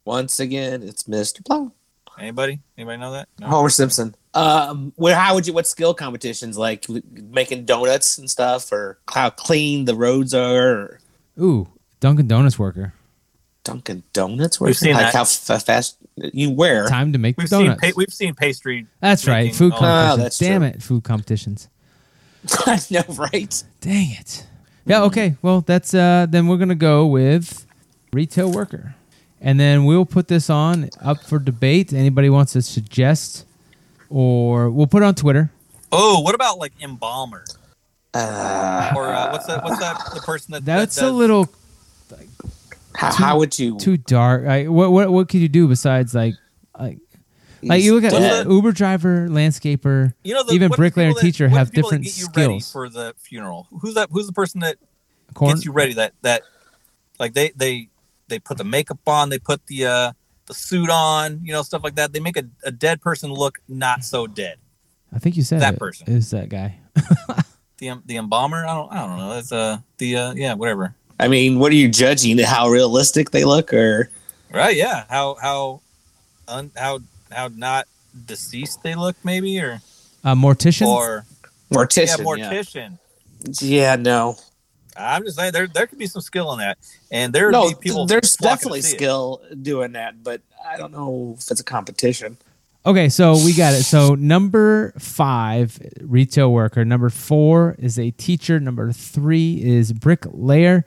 [SPEAKER 3] Once again, it's Mr. Plow.
[SPEAKER 4] Anybody? Anybody know that?
[SPEAKER 1] Oh,
[SPEAKER 4] No.
[SPEAKER 3] Homer Simpson. Um, where? How would you? What skill competitions like making donuts and stuff, or how clean the roads are, or
[SPEAKER 1] Ooh, Dunkin' Donuts worker.
[SPEAKER 3] Dunkin' Donuts?
[SPEAKER 4] We've seen
[SPEAKER 3] like
[SPEAKER 4] that.
[SPEAKER 3] how f- fast you wear.
[SPEAKER 1] Time to make
[SPEAKER 4] We've seen
[SPEAKER 1] donuts.
[SPEAKER 4] pa- we've seen pastry.
[SPEAKER 1] that's right.
[SPEAKER 4] making-
[SPEAKER 1] Food
[SPEAKER 4] oh,
[SPEAKER 1] competitions.
[SPEAKER 3] Ah, that's
[SPEAKER 1] Damn
[SPEAKER 3] true.
[SPEAKER 1] it, food competitions.
[SPEAKER 3] I know, right?
[SPEAKER 1] Dang it. Yeah, okay. Well, that's uh then we're going to go with retail worker. And then we'll put this on up for debate. Anybody wants to suggest or we'll put it on Twitter.
[SPEAKER 4] Oh, what about like embalmer
[SPEAKER 3] Uh,
[SPEAKER 4] or uh, what's that? What's that? The person that
[SPEAKER 1] That's
[SPEAKER 4] that
[SPEAKER 1] a
[SPEAKER 4] does-
[SPEAKER 1] little
[SPEAKER 3] how, how would you?
[SPEAKER 1] too dark. I, what what what could you do besides like like like you look at
[SPEAKER 3] Dead.
[SPEAKER 1] Uber driver, landscaper,
[SPEAKER 4] You know, the,
[SPEAKER 1] even
[SPEAKER 4] what are the
[SPEAKER 1] bricklayer and
[SPEAKER 4] people that-
[SPEAKER 1] teacher
[SPEAKER 4] what are
[SPEAKER 1] have
[SPEAKER 4] the people that
[SPEAKER 1] different
[SPEAKER 4] get you ready
[SPEAKER 1] skills.
[SPEAKER 4] for the funeral. Who's that? Who's the person that
[SPEAKER 1] corn.
[SPEAKER 4] gets you ready? That that like they they they put the makeup on, they put the uh the suit on, you know, stuff like that. They make a, a dead person look not so dead.
[SPEAKER 1] I think you said
[SPEAKER 4] that
[SPEAKER 1] it,
[SPEAKER 4] person.
[SPEAKER 1] is that guy.
[SPEAKER 4] The em- the embalmer. I don't I don't know. That's uh the uh yeah whatever.
[SPEAKER 3] I mean, what are you judging? How realistic they look, or
[SPEAKER 4] Right? Yeah. How how un, how how not deceased they look maybe or
[SPEAKER 1] A mortician?
[SPEAKER 4] or yeah
[SPEAKER 3] mortician? Yeah,
[SPEAKER 4] mortician.
[SPEAKER 3] Yeah, no,
[SPEAKER 4] I'm just saying there there could be some skill in that, and there would
[SPEAKER 3] no.
[SPEAKER 4] be people.
[SPEAKER 3] there's
[SPEAKER 4] flocking to
[SPEAKER 3] definitely
[SPEAKER 4] see it.
[SPEAKER 3] skill doing that, but I don't know if it's a competition.
[SPEAKER 1] Okay, so we got it. So number five, retail worker. Number four is a teacher. Number three is bricklayer.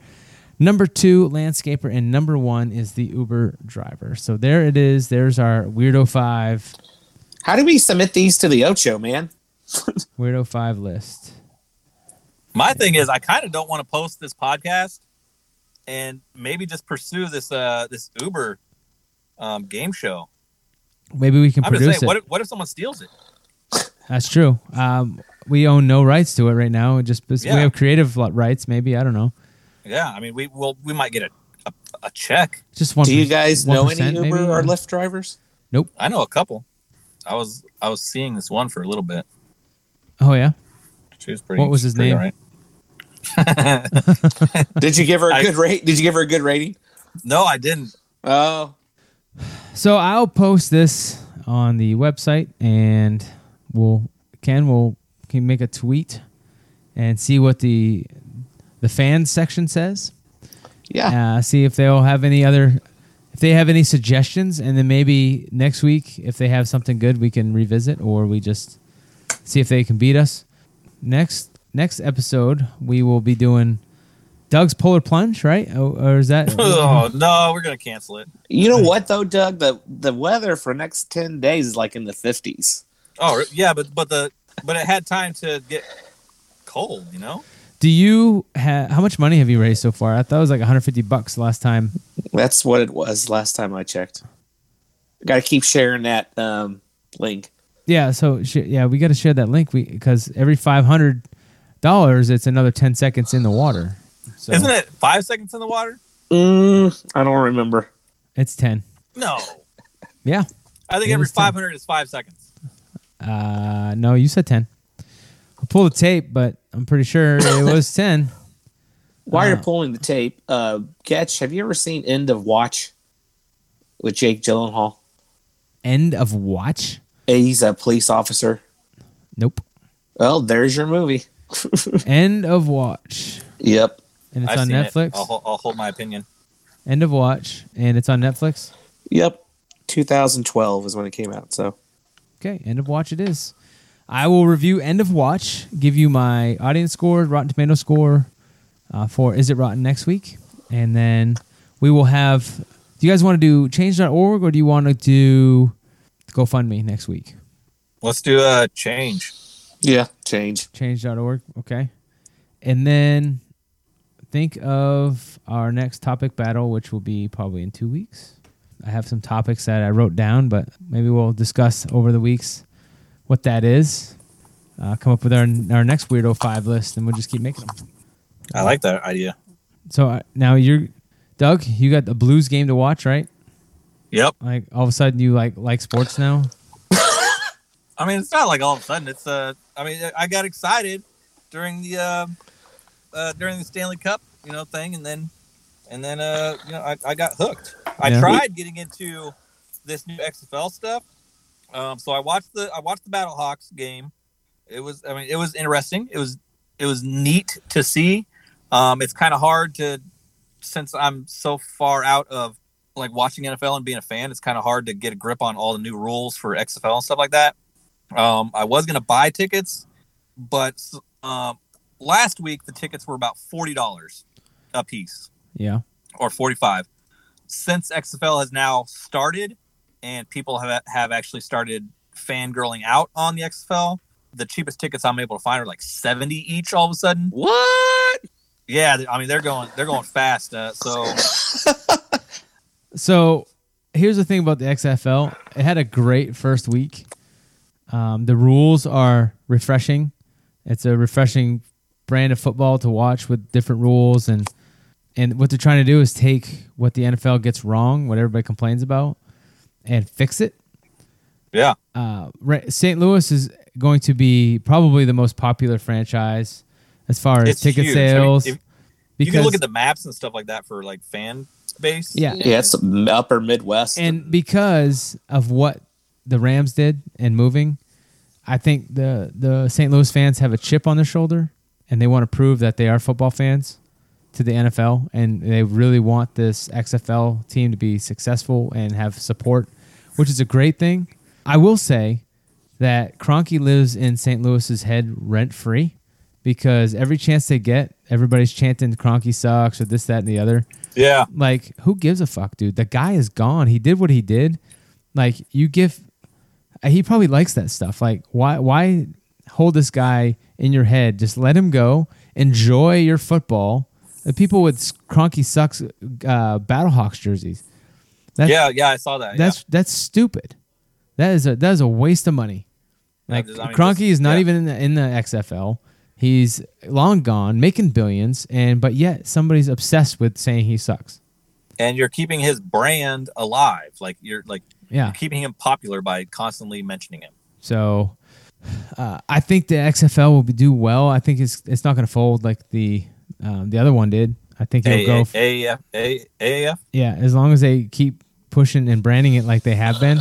[SPEAKER 1] Number two, landscaper, and number one is the Uber driver. So there it is. There's our weirdo five,
[SPEAKER 3] How do we submit these to the Ocho, man?
[SPEAKER 1] weirdo five list.
[SPEAKER 4] My thing is, I kind of don't want to post this podcast, and maybe just pursue this uh this Uber um game show.
[SPEAKER 1] Maybe we can
[SPEAKER 4] I'm just
[SPEAKER 1] produce
[SPEAKER 4] saying, what
[SPEAKER 1] it.
[SPEAKER 4] if, what if someone steals it?
[SPEAKER 1] That's true. Um, we own no rights to it right now. It Just we
[SPEAKER 4] Yeah.
[SPEAKER 1] have creative li- rights. Maybe I don't know.
[SPEAKER 4] Yeah, I mean, we will we might get a a, a check.
[SPEAKER 1] Just one.
[SPEAKER 3] Do you guys know any
[SPEAKER 1] 1%
[SPEAKER 3] Uber
[SPEAKER 1] maybe?
[SPEAKER 3] or Lyft drivers?
[SPEAKER 4] I know a couple. I was I was seeing this one for a little bit.
[SPEAKER 1] Oh yeah.
[SPEAKER 4] She was pretty.
[SPEAKER 1] What was his
[SPEAKER 4] pretty
[SPEAKER 1] name?
[SPEAKER 4] alright.
[SPEAKER 3] Did you give her a
[SPEAKER 4] I-
[SPEAKER 3] good rate? Did you give her a good rating?
[SPEAKER 4] no, I didn't.
[SPEAKER 3] Oh,
[SPEAKER 1] So I'll post this on the website, and we'll Ken will can make a tweet and see what the the fans section says.
[SPEAKER 3] yeah.
[SPEAKER 1] Uh, see if they'll have any other if they have any suggestions, and then maybe next week, if they have something good, we can revisit, or we just see if they can beat us. Next next episode, we will be doing Doug's Polar Plunge, right? Oh, or is that?
[SPEAKER 4] Oh no, we're gonna cancel it.
[SPEAKER 3] You know what though, Doug? The the weather for next ten days is like in the fifties.
[SPEAKER 4] Oh yeah, but but the but it had time to get cold. You know,
[SPEAKER 1] Do you ha- how much money have you raised so far? I thought it was like 150 bucks last time.
[SPEAKER 3] That's what it was last time I checked. Got to keep sharing that um, link.
[SPEAKER 1] Yeah, so sh- yeah, we got to share that link we because every 500 dollars, it's another 10 seconds in the water. So
[SPEAKER 4] isn't it five seconds in the water?
[SPEAKER 3] Mm, I don't remember.
[SPEAKER 1] It's 10.
[SPEAKER 4] No,
[SPEAKER 1] Yeah.
[SPEAKER 4] I think
[SPEAKER 1] It
[SPEAKER 4] every
[SPEAKER 1] is ten.
[SPEAKER 4] five hundred is five seconds.
[SPEAKER 1] Uh, no, you said 10. I'll pull the tape, but I'm pretty sure it was 10.
[SPEAKER 3] While you're
[SPEAKER 1] Uh.
[SPEAKER 3] pulling the tape, uh, Ketch, have you ever seen End of Watch with Jake Gyllenhaal?
[SPEAKER 1] End of watch?
[SPEAKER 3] He's a police officer.
[SPEAKER 1] Nope.
[SPEAKER 3] Well, there's your movie.
[SPEAKER 1] End of watch.
[SPEAKER 3] Yep.
[SPEAKER 1] And it's
[SPEAKER 4] I've
[SPEAKER 1] on
[SPEAKER 4] seen it.
[SPEAKER 1] Netflix.
[SPEAKER 4] I'll, hol- I'll hold my opinion.
[SPEAKER 1] End of watch. And it's on Netflix.
[SPEAKER 3] Yep. 2012 is when it came out. So
[SPEAKER 1] Okay, end of watch it is. I will review end of watch, give you my audience score, Rotten Tomato score uh, for Is It Rotten next week. And then we will have. Do you guys want to do change.org or do you want to do GoFundMe next week?
[SPEAKER 4] Let's do a change.
[SPEAKER 3] yeah, change.
[SPEAKER 1] Change.org. Okay. And then think of our next topic battle, which will be probably in two weeks. I have some topics that I wrote down, but maybe we'll discuss over the weeks what that is. Uh, come up with our our next weirdo five list, and we'll just keep making them.
[SPEAKER 4] I like that idea.
[SPEAKER 1] So uh, now you're, Doug. You got the Blues game to watch, right?
[SPEAKER 4] Yep.
[SPEAKER 1] Like all of a sudden you like like sports now.
[SPEAKER 4] I mean, it's not like all of a sudden. It's uh, I mean, I got excited during the uh, uh, during the Stanley Cup, you know, thing, and then and then uh, you know, I, I got hooked. I
[SPEAKER 1] Yeah.
[SPEAKER 4] tried getting into this new XFL stuff. Um, so I watched the I watched the Battle Hawks game. It was I mean, it was interesting. It was it was neat to see. Um, it's kind of hard to since I'm so far out of like watching NFL and being a fan, it's kind of hard to get a grip on all the new rules for XFL and stuff like that. Um, I was gonna buy tickets, but um, last week the tickets were about forty dollars a piece
[SPEAKER 1] Yeah.
[SPEAKER 4] or forty five. Since XFL has now started and people have have actually started fangirling out on the XFL, the cheapest tickets I'm able to find are like seventy each. All of a sudden,
[SPEAKER 3] What?
[SPEAKER 4] yeah, I mean they're going they're going fast. Uh, so
[SPEAKER 1] So here's the thing about the XFL. It had a great first week. Um, the rules are refreshing. It's a refreshing brand of football to watch with different rules and and what they're trying to do is take what the NFL gets wrong, what everybody complains about, and fix it.
[SPEAKER 4] yeah,
[SPEAKER 1] Uh, right- St. Louis is going to be probably the most popular franchise as far as
[SPEAKER 4] It's
[SPEAKER 1] ticket
[SPEAKER 4] huge. I mean,
[SPEAKER 1] sales.
[SPEAKER 4] if- you
[SPEAKER 1] because
[SPEAKER 4] can look at the maps and stuff like that for like fan base.
[SPEAKER 1] yeah,
[SPEAKER 3] Yeah, it's upper Midwest.
[SPEAKER 1] and because of what the Rams did and moving, I think the the St. Louis fans have a chip on their shoulder, and they want to prove that they are football fans to the NFL, and they really want this XFL team to be successful and have support, which is a great thing. I will say that Cronky lives in St. Louis's head rent free because every chance they get, everybody's chanting Cronky sucks or this, that, and the other.
[SPEAKER 4] yeah.
[SPEAKER 1] Like, who gives a fuck, dude? The guy is gone. He did what he did. Like, you give. He probably likes that stuff. Like, why? Why hold this guy in your head? Just let him go. Enjoy your football. The people with cronky sucks uh, Battlehawks jerseys. That's,
[SPEAKER 4] yeah, yeah, I saw that.
[SPEAKER 1] That's that's stupid. That is a that is a waste of money.
[SPEAKER 4] Yeah,
[SPEAKER 1] Like
[SPEAKER 4] just- I mean,
[SPEAKER 1] Kroenke
[SPEAKER 4] just-
[SPEAKER 1] is not
[SPEAKER 4] yeah.
[SPEAKER 1] even in the, in the XFL. He's long gone, making billions, and but yet somebody's obsessed with saying he sucks.
[SPEAKER 4] yeah. and you're keeping his brand alive. Like you're like
[SPEAKER 1] Yeah.
[SPEAKER 4] keeping him popular by constantly mentioning him.
[SPEAKER 1] So uh, I think the XFL will be, do well. I think it's it's not going to fold like the um, the other one did. I think it'll
[SPEAKER 4] A-
[SPEAKER 1] go.
[SPEAKER 4] A-
[SPEAKER 1] f-
[SPEAKER 4] AAF, A- AAF.
[SPEAKER 1] yeah, as long as they keep pushing and branding it like they have been,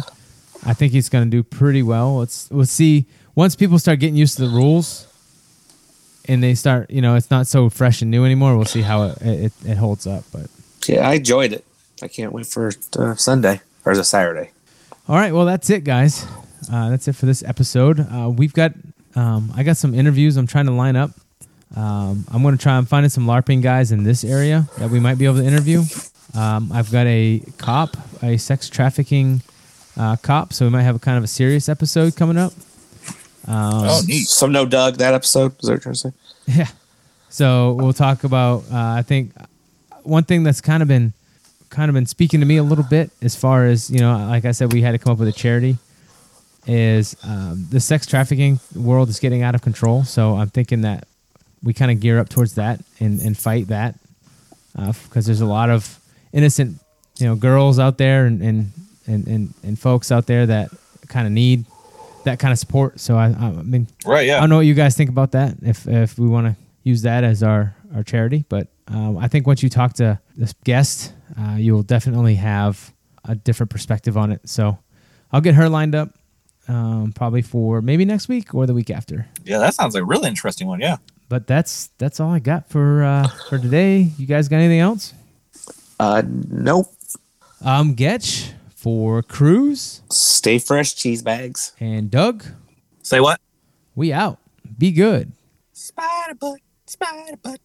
[SPEAKER 1] I think it's going to do pretty well. Let's we'll see once people start getting used to the rules, and they start you know it's not so fresh and new anymore. We'll see how it it, it holds up. But
[SPEAKER 3] yeah, I enjoyed it. I can't wait for uh, Sunday or is it Saturday?
[SPEAKER 1] All right, well that's it, guys. Uh, that's it for this episode. Uh, we've got um, I got some interviews I'm trying to line up. Um, I'm going to try and finding some LARPing guys in this area that we might be able to interview. Um, I've got a cop, a sex trafficking uh, cop, so we might have a kind of a serious episode coming up.
[SPEAKER 3] oh, neat. So no Doug that episode. Is that what you're trying to say?
[SPEAKER 1] Yeah. So we'll talk about. Uh, I think one thing that's kind of been kind of been speaking to me a little bit as far as you know, like I said, we had to come up with a charity. Is um, the sex trafficking world is getting out of control? So I'm thinking that we kind of gear up towards that and and fight that because there's a lot of innocent you know girls out there and and and and, and folks out there that kind of need that kind of support. So I I mean
[SPEAKER 2] Right.
[SPEAKER 1] I
[SPEAKER 2] Yeah.
[SPEAKER 1] don't know what you guys think about that. If if we want to use that as our our charity, but um, I think once you talk to this guest, uh, you will definitely have a different perspective on it. So I'll get her lined up um, probably for maybe next week or the week after.
[SPEAKER 4] Yeah, that sounds like a really interesting one. Yeah.
[SPEAKER 1] But that's that's all I got for uh, for today. You guys got anything else?
[SPEAKER 3] Uh, nope.
[SPEAKER 1] Um, Getch for Cruz
[SPEAKER 3] Stay fresh, cheese bags.
[SPEAKER 1] and Doug.
[SPEAKER 4] Say what?
[SPEAKER 1] We out. Be good.
[SPEAKER 4] Spider butt. Spider butt.